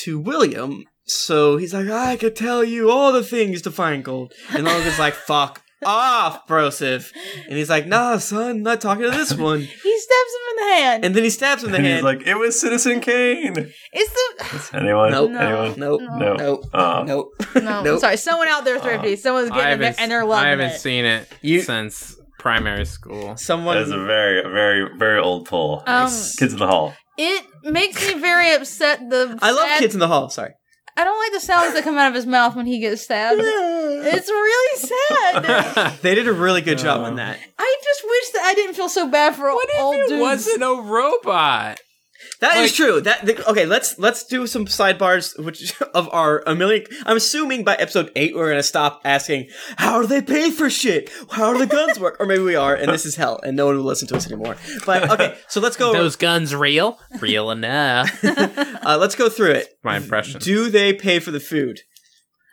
[SPEAKER 4] to William. So he's like, I could tell you all the things to find gold, and Logan's like, fuck. Off, brosif, and he's like, "Nah, son, not talking to this one."
[SPEAKER 1] He stabs him in the hand.
[SPEAKER 4] And then he stabs him in the
[SPEAKER 3] and he's
[SPEAKER 4] hand.
[SPEAKER 3] like, it was Citizen Kane.
[SPEAKER 1] it's
[SPEAKER 3] Anyone?
[SPEAKER 4] Nope.
[SPEAKER 1] No.
[SPEAKER 3] Anyone?
[SPEAKER 4] Nope.
[SPEAKER 1] No.
[SPEAKER 4] Nope.
[SPEAKER 3] Uh,
[SPEAKER 4] Nope.
[SPEAKER 1] the no. I'm
[SPEAKER 4] Nope.
[SPEAKER 1] Sorry, someone out there thrifty. Someone's
[SPEAKER 2] Uh, I
[SPEAKER 1] getting in there
[SPEAKER 2] haven't,
[SPEAKER 1] and they're
[SPEAKER 2] I
[SPEAKER 1] loving
[SPEAKER 2] haven't
[SPEAKER 1] it.
[SPEAKER 2] seen it
[SPEAKER 4] You-
[SPEAKER 2] since primary school.
[SPEAKER 4] Someone.
[SPEAKER 3] That is a very, very, very old pull.
[SPEAKER 1] Um,
[SPEAKER 3] Kids in the Hall.
[SPEAKER 1] it makes me very upset. The
[SPEAKER 4] I love
[SPEAKER 1] sad-
[SPEAKER 4] kids in the hall. Sorry.
[SPEAKER 1] I don't like the sounds that come out of his mouth when he gets stabbed. It's really sad.
[SPEAKER 4] They did a really good job
[SPEAKER 2] Oh.
[SPEAKER 4] on that.
[SPEAKER 1] I just wish that I didn't feel so bad for old
[SPEAKER 2] it
[SPEAKER 1] dudes.
[SPEAKER 2] wasn't a robot.
[SPEAKER 4] That is
[SPEAKER 2] Like-
[SPEAKER 4] true. That the, okay. Let's let's do some sidebars, which of our a million. I'm assuming by episode eight we're gonna stop asking how do they pay for shit? How do the guns work? Or maybe we are, and this is hell, and no one will listen to us anymore. But okay, so let's go.
[SPEAKER 2] Those guns real? Real enough.
[SPEAKER 4] uh, let's go through it.
[SPEAKER 2] My impression.
[SPEAKER 4] Do they pay for the food?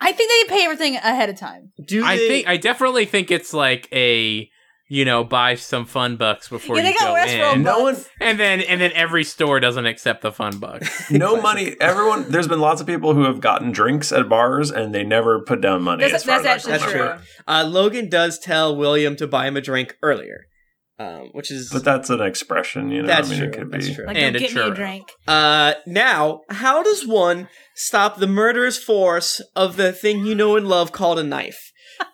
[SPEAKER 1] I think they pay everything ahead of time.
[SPEAKER 4] Do
[SPEAKER 2] I
[SPEAKER 4] they,
[SPEAKER 2] think I definitely think it's like a you know buy some fun bucks before
[SPEAKER 1] yeah, they
[SPEAKER 2] you go
[SPEAKER 1] got Westworld.
[SPEAKER 2] in.
[SPEAKER 3] No
[SPEAKER 1] bucks.
[SPEAKER 2] And then and then every store doesn't accept the fun bucks.
[SPEAKER 3] No money. Everyone. There's been lots of people who have gotten drinks at bars and they never put down money.
[SPEAKER 1] That's-
[SPEAKER 3] as far
[SPEAKER 1] that's
[SPEAKER 3] as I
[SPEAKER 4] That's
[SPEAKER 1] actually
[SPEAKER 3] remember.
[SPEAKER 4] true. Uh, Logan does tell William to buy him a drink earlier. um, which is
[SPEAKER 3] But that's an expression, you know.
[SPEAKER 4] that's,
[SPEAKER 3] I mean,
[SPEAKER 4] true,
[SPEAKER 3] it could
[SPEAKER 4] that's
[SPEAKER 3] be.
[SPEAKER 4] true.
[SPEAKER 1] Like,
[SPEAKER 2] And
[SPEAKER 1] go
[SPEAKER 2] a
[SPEAKER 1] get me a
[SPEAKER 2] churro.
[SPEAKER 1] drink.
[SPEAKER 4] Uh, now, how does one stop the murderous force of the thing you know and love called a knife?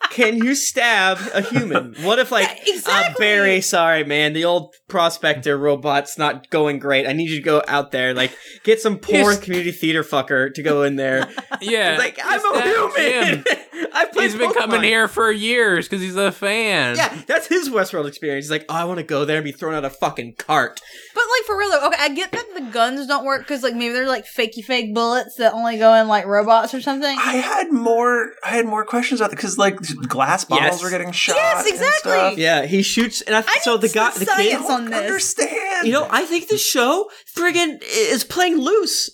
[SPEAKER 4] Can you stab a human? What if, like,
[SPEAKER 1] Yeah, exactly.
[SPEAKER 4] uh, Barry, sorry, man, the old prospector robot's not going great. I need you to go out there, like, get some poor
[SPEAKER 2] He's-
[SPEAKER 4] community theater fucker to go in there.
[SPEAKER 2] Yeah,
[SPEAKER 4] like, I'm
[SPEAKER 2] it's
[SPEAKER 4] a
[SPEAKER 2] that
[SPEAKER 4] human!
[SPEAKER 2] Jim.
[SPEAKER 4] I've played
[SPEAKER 2] He's been coming
[SPEAKER 4] Pokemon.
[SPEAKER 2] here for years because he's a fan.
[SPEAKER 4] Yeah, that's his Westworld experience. He's like, oh, I want to go there and be thrown out a fucking cart.
[SPEAKER 1] But like for real though, okay, I get that the guns don't work because like maybe they're like fakey fake bullets that only go in like robots or something.
[SPEAKER 3] I had more. I had more questions about because like glass bottles
[SPEAKER 4] Yes.
[SPEAKER 3] were getting shot.
[SPEAKER 1] Yes,
[SPEAKER 3] and
[SPEAKER 1] exactly.
[SPEAKER 3] stuff.
[SPEAKER 4] Yeah, he shoots, and I,
[SPEAKER 1] I
[SPEAKER 4] so
[SPEAKER 1] need
[SPEAKER 4] the guy,
[SPEAKER 1] some
[SPEAKER 4] the kid,
[SPEAKER 1] science on
[SPEAKER 3] I
[SPEAKER 1] this.
[SPEAKER 3] Understand?
[SPEAKER 4] You know, I think the show friggin' is playing loose.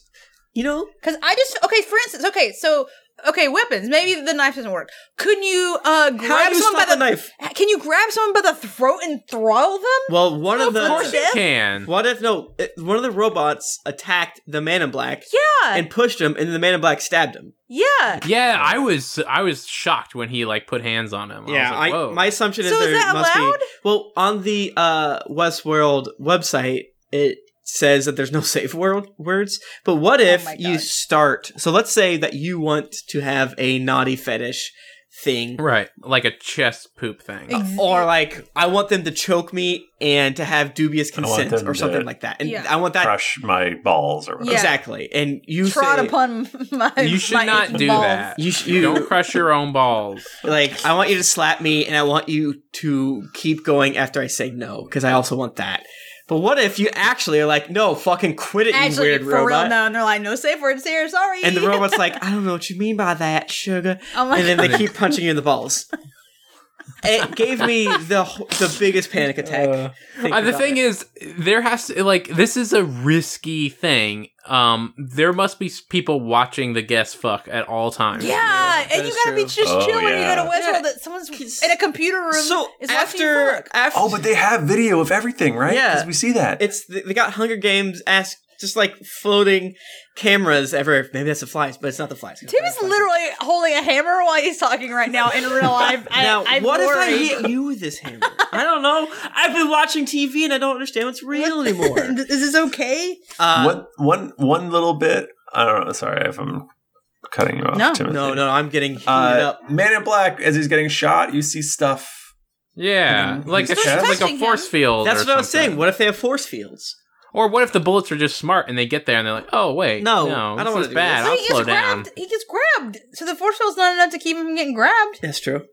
[SPEAKER 4] You know,
[SPEAKER 1] Because I just okay. For instance, okay, so okay, weapons. Maybe the knife doesn't work. Could you
[SPEAKER 4] how
[SPEAKER 1] uh grab
[SPEAKER 4] do you
[SPEAKER 1] someone by
[SPEAKER 4] stop
[SPEAKER 1] the,
[SPEAKER 4] a knife?
[SPEAKER 1] Can you grab someone by the throat and throttle them?
[SPEAKER 4] Well, one of
[SPEAKER 1] Of
[SPEAKER 4] the
[SPEAKER 1] course
[SPEAKER 2] You can.
[SPEAKER 4] what if no? it- One of the robots attacked the Man in Black
[SPEAKER 1] Yeah,
[SPEAKER 4] and pushed him, and the Man in Black stabbed him.
[SPEAKER 1] yeah.
[SPEAKER 2] Yeah, I was I was shocked when he like put hands on him. I was like, Whoa.
[SPEAKER 4] my assumption is
[SPEAKER 1] So is
[SPEAKER 4] there
[SPEAKER 1] that
[SPEAKER 4] must
[SPEAKER 1] allowed?
[SPEAKER 4] be. Well, on the uh, Westworld website, it says that there's no safe word words. But what if
[SPEAKER 1] my
[SPEAKER 4] you
[SPEAKER 1] God.
[SPEAKER 4] start? So let's say that you want to have a naughty fetish thing
[SPEAKER 2] right, like a chest poop thing.
[SPEAKER 1] Ex-
[SPEAKER 4] or like I want them to choke me and to have dubious
[SPEAKER 3] I want
[SPEAKER 4] consent
[SPEAKER 3] them
[SPEAKER 4] or
[SPEAKER 3] to
[SPEAKER 4] something like that. And
[SPEAKER 1] Yeah.
[SPEAKER 4] I want that
[SPEAKER 3] Crush my balls or whatever.
[SPEAKER 1] Yeah.
[SPEAKER 4] exactly. And you
[SPEAKER 1] trod
[SPEAKER 4] say,
[SPEAKER 1] upon my.
[SPEAKER 2] you should
[SPEAKER 1] my
[SPEAKER 2] not do
[SPEAKER 1] balls.
[SPEAKER 2] that.
[SPEAKER 4] you, sh- you
[SPEAKER 2] Don't crush your own balls.
[SPEAKER 4] like I want you to slap me and I want you to keep going after I say no because I also want that. But what if you actually are like, no, fucking quit it,
[SPEAKER 1] Actually,
[SPEAKER 4] you weird
[SPEAKER 1] for real,
[SPEAKER 4] robot?
[SPEAKER 1] no, and they're like, no safe words here. Sorry.
[SPEAKER 4] And the robot's like, I don't know what you mean by that, sugar.
[SPEAKER 1] oh my
[SPEAKER 4] And then
[SPEAKER 1] god.
[SPEAKER 4] they keep punching you in the balls. It gave me the wh- the biggest panic attack.
[SPEAKER 2] Uh, the thing
[SPEAKER 4] is.
[SPEAKER 2] is, there has to like this is a risky thing. Um, there must be s- people watching the guest fuck at all times.
[SPEAKER 1] yeah, and you
[SPEAKER 4] is
[SPEAKER 1] gotta be
[SPEAKER 4] true.
[SPEAKER 1] just
[SPEAKER 3] Oh,
[SPEAKER 1] chill when you go to
[SPEAKER 3] yeah.
[SPEAKER 1] Westworld
[SPEAKER 4] Yeah.
[SPEAKER 1] that someone's in a computer room.
[SPEAKER 4] So
[SPEAKER 1] is watching you
[SPEAKER 4] after
[SPEAKER 1] fuck.
[SPEAKER 4] after
[SPEAKER 3] Oh, but they have video of everything, right?
[SPEAKER 4] Yeah.
[SPEAKER 3] 'Cause we see that.
[SPEAKER 4] it's they got Hunger Games ask just like floating cameras everywhere. Maybe that's the flies, but it's not the flies.
[SPEAKER 1] Tim is literally holding a hammer while he's talking right now in real life. I,
[SPEAKER 4] Now,
[SPEAKER 1] I'm
[SPEAKER 4] what if I
[SPEAKER 1] worried.
[SPEAKER 4] hit you with this hammer? I don't know. I've been watching TV and I don't understand what's real anymore.
[SPEAKER 1] Is this okay?
[SPEAKER 4] Uh,
[SPEAKER 3] what one one little bit? I don't know. Sorry if I'm cutting you off.
[SPEAKER 1] No.
[SPEAKER 3] Timothy.
[SPEAKER 4] No, no, I'm getting heated
[SPEAKER 3] Uh,
[SPEAKER 4] up.
[SPEAKER 3] Man in Black, as he's getting shot, you see stuff.
[SPEAKER 2] yeah,
[SPEAKER 3] And then
[SPEAKER 2] like
[SPEAKER 3] he's
[SPEAKER 2] a,
[SPEAKER 3] just
[SPEAKER 2] like
[SPEAKER 1] touching
[SPEAKER 2] a
[SPEAKER 1] him.
[SPEAKER 2] force field.
[SPEAKER 4] That's
[SPEAKER 2] or
[SPEAKER 4] what I was
[SPEAKER 2] something.
[SPEAKER 4] saying. What if they have force fields?
[SPEAKER 2] Or what if the bullets are just smart and they get there and they're like, "Oh wait,
[SPEAKER 4] No, I
[SPEAKER 2] no,
[SPEAKER 4] don't
[SPEAKER 2] this
[SPEAKER 4] wanna
[SPEAKER 2] is
[SPEAKER 4] do
[SPEAKER 2] bad.
[SPEAKER 1] So
[SPEAKER 2] I'll
[SPEAKER 1] he
[SPEAKER 2] slow
[SPEAKER 1] gets
[SPEAKER 2] down."
[SPEAKER 1] grabbed. He gets grabbed. So the force field's not enough to keep him from getting grabbed.
[SPEAKER 4] That's true.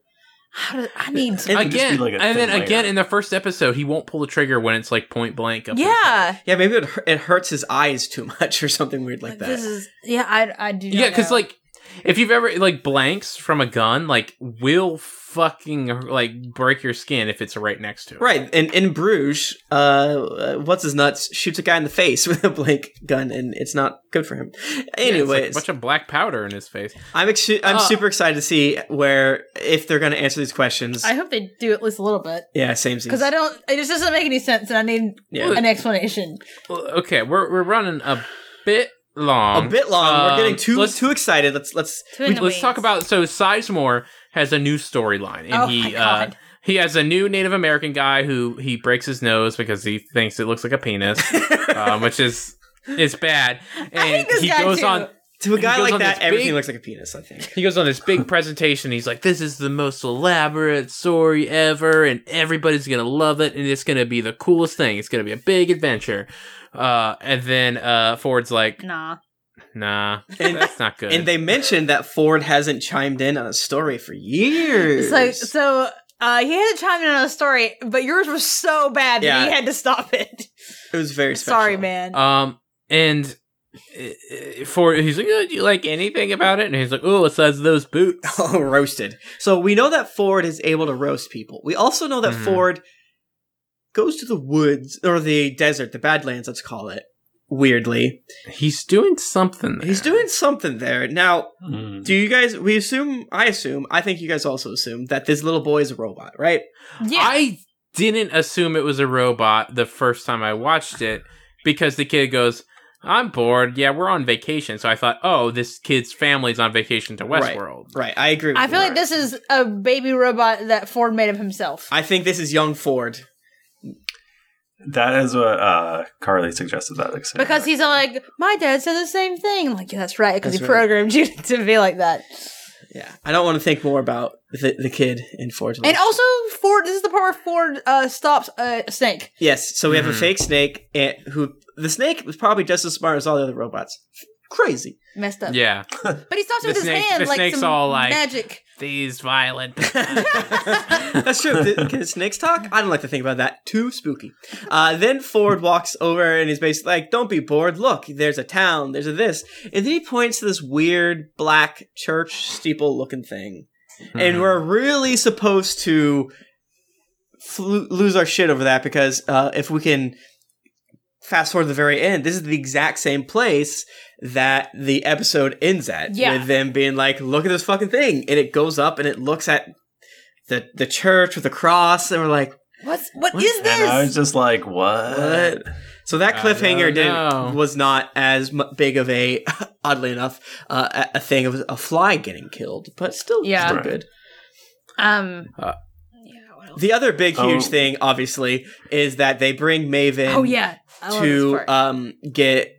[SPEAKER 1] How do, I need.
[SPEAKER 4] It-
[SPEAKER 3] could just
[SPEAKER 2] Again,
[SPEAKER 3] be like a
[SPEAKER 2] and then
[SPEAKER 3] thin layer.
[SPEAKER 2] again in the first episode, he won't pull the trigger when it's like point blank. Up in the-
[SPEAKER 1] yeah.
[SPEAKER 4] Yeah, maybe it, hu- it hurts his eyes too much or something weird like that.
[SPEAKER 1] This is yeah. I I do.
[SPEAKER 2] yeah,
[SPEAKER 1] because
[SPEAKER 2] because like if you've ever like blanks from a gun, like will fucking like break your skin if it's right next to it.
[SPEAKER 4] Right, and in Bruges, uh, uh, what's his nuts shoots a guy in the face with a blank gun, and it's not good for him.
[SPEAKER 2] Yeah, it's like
[SPEAKER 4] Anyways,
[SPEAKER 2] a bunch of black powder in his face.
[SPEAKER 4] I'm ex- I'm
[SPEAKER 2] Uh,
[SPEAKER 4] super excited to see where if they're going to answer these questions.
[SPEAKER 1] I hope they do at least a little bit
[SPEAKER 4] yeah, same
[SPEAKER 1] because I don't. It just doesn't make any sense, and I need
[SPEAKER 4] Yeah.
[SPEAKER 1] an explanation.
[SPEAKER 2] Well, okay, we're we're running a bit long.
[SPEAKER 4] a bit long. We're
[SPEAKER 2] Um,
[SPEAKER 4] getting too
[SPEAKER 2] Let's
[SPEAKER 4] too excited. Let's let's.
[SPEAKER 2] let's talk about so Sizemore has a new storyline, and
[SPEAKER 1] Oh my
[SPEAKER 2] he uh,
[SPEAKER 1] God.
[SPEAKER 2] he has a new Native American guy who he breaks his nose because he thinks it looks like a penis, um, which is is bad. And
[SPEAKER 1] this
[SPEAKER 2] he
[SPEAKER 1] guy
[SPEAKER 2] goes
[SPEAKER 1] too.
[SPEAKER 2] on
[SPEAKER 4] To a
[SPEAKER 2] he
[SPEAKER 4] guy
[SPEAKER 2] goes
[SPEAKER 4] like
[SPEAKER 2] on
[SPEAKER 4] that,
[SPEAKER 2] this
[SPEAKER 4] everything
[SPEAKER 2] big-
[SPEAKER 4] looks like a penis. I think.
[SPEAKER 2] he goes on this big presentation. He's like, "This is the most elaborate story ever, and everybody's gonna love it, and it's gonna be the coolest thing. It's gonna be a big adventure." Uh, and then uh, Ford's like,
[SPEAKER 1] Nah.
[SPEAKER 2] "Nah,
[SPEAKER 4] And-
[SPEAKER 2] that's not good."
[SPEAKER 4] And they mentioned that Ford hasn't chimed in on a story for years.
[SPEAKER 1] So so. Uh, he had to chime in on a story, but yours was so bad that he
[SPEAKER 4] Yeah.
[SPEAKER 1] had to stop it.
[SPEAKER 4] it was very special.
[SPEAKER 1] Sorry, man.
[SPEAKER 2] Um, and uh, uh, for he's like, oh, do you like anything about it? And he's like, oh, besides those boots.
[SPEAKER 4] Oh, roasted. So we know that Ford is able to roast people. We also know that
[SPEAKER 2] Mhm.
[SPEAKER 4] Ford goes to the woods or the desert, the Badlands, let's call it. Weirdly,
[SPEAKER 2] He's doing something.
[SPEAKER 4] he's
[SPEAKER 2] there.
[SPEAKER 4] doing something there. Now,
[SPEAKER 3] Mm.
[SPEAKER 4] do you guys? We assume. I assume. I think you guys also assume that this little boy is a robot, right?
[SPEAKER 1] yeah.
[SPEAKER 2] I didn't assume it was a robot the first time I watched it because the kid goes, "I'm bored. Yeah, we're on vacation." So I thought, oh, this kid's family's on vacation to
[SPEAKER 4] Right.
[SPEAKER 2] Westworld.
[SPEAKER 4] Right. I agree. With
[SPEAKER 1] I
[SPEAKER 4] you.
[SPEAKER 1] feel like this is a baby robot that Ford made of himself.
[SPEAKER 4] I think this is young Ford
[SPEAKER 3] That is what uh, Carly suggested. That exactly.
[SPEAKER 1] Because he's like, my dad said the same thing. I'm like, yeah, that's right, because he
[SPEAKER 4] That's right.
[SPEAKER 1] programmed you to be like that.
[SPEAKER 4] Yeah, I don't want to think more about the, the kid in Forge.
[SPEAKER 1] And also, Ford. This is the part where Ford uh, stops uh, Snake.
[SPEAKER 4] yes, so we have a
[SPEAKER 2] Mhm.
[SPEAKER 4] fake snake and who the snake was probably just as smart as all the other robots. Crazy.
[SPEAKER 1] Messed up.
[SPEAKER 2] Yeah,
[SPEAKER 1] But he stops
[SPEAKER 2] The
[SPEAKER 1] with
[SPEAKER 2] snake-
[SPEAKER 1] his hand
[SPEAKER 2] the
[SPEAKER 1] like
[SPEAKER 2] snake's
[SPEAKER 1] some
[SPEAKER 2] all like-
[SPEAKER 1] magic.
[SPEAKER 2] these violent.
[SPEAKER 4] That's true. Th- Can snakes talk? I don't like to think about that. Too spooky. Uh, then Ford walks over and he's basically like, "Don't be bored. Look, there's a town. There's a this." And then he points to this weird black church steeple-looking thing.
[SPEAKER 2] Mm-hmm.
[SPEAKER 4] and we're really supposed to flu- lose our shit over that because uh, if we can fast forward to the very end, this is the exact same place that the episode ends at
[SPEAKER 1] Yeah.
[SPEAKER 4] with them being like, "Look at this fucking thing," and it goes up and it looks at the the church with the cross, and we're like,
[SPEAKER 1] What's what
[SPEAKER 4] What?
[SPEAKER 1] is
[SPEAKER 3] and I was
[SPEAKER 1] this?
[SPEAKER 3] just like, what?
[SPEAKER 4] "What?" So that
[SPEAKER 2] I
[SPEAKER 4] cliffhanger
[SPEAKER 2] don't know.
[SPEAKER 4] didn't, was not as m- big of a, oddly enough, uh, a, a thing of a fly getting killed, but still,
[SPEAKER 1] Yeah.
[SPEAKER 4] still
[SPEAKER 3] Right.
[SPEAKER 4] good.
[SPEAKER 1] Um.
[SPEAKER 2] Uh,
[SPEAKER 1] yeah, what else?
[SPEAKER 4] The other big, huge
[SPEAKER 3] Oh.
[SPEAKER 4] thing, obviously, is that they bring Maven
[SPEAKER 1] oh yeah. I love this
[SPEAKER 4] to
[SPEAKER 1] part.
[SPEAKER 4] um, get,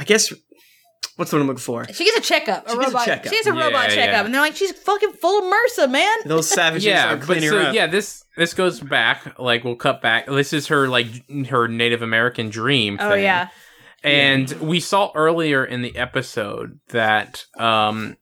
[SPEAKER 4] I guess, what's the one I'm looking for?
[SPEAKER 1] she gets a checkup. A
[SPEAKER 4] she gets a
[SPEAKER 1] robot.
[SPEAKER 4] checkup.
[SPEAKER 1] She gets a robot
[SPEAKER 2] Yeah,
[SPEAKER 1] checkup,
[SPEAKER 2] yeah.
[SPEAKER 1] and they're like, she's fucking full of MRSA, man.
[SPEAKER 4] Those savages
[SPEAKER 2] yeah,
[SPEAKER 4] are
[SPEAKER 2] but
[SPEAKER 4] cleaning her
[SPEAKER 2] so
[SPEAKER 4] up.
[SPEAKER 2] yeah, this this goes back. Like we'll cut back. This is her like her Native American dream.
[SPEAKER 1] Oh
[SPEAKER 2] thing.
[SPEAKER 1] yeah.
[SPEAKER 2] And we saw earlier in the episode that um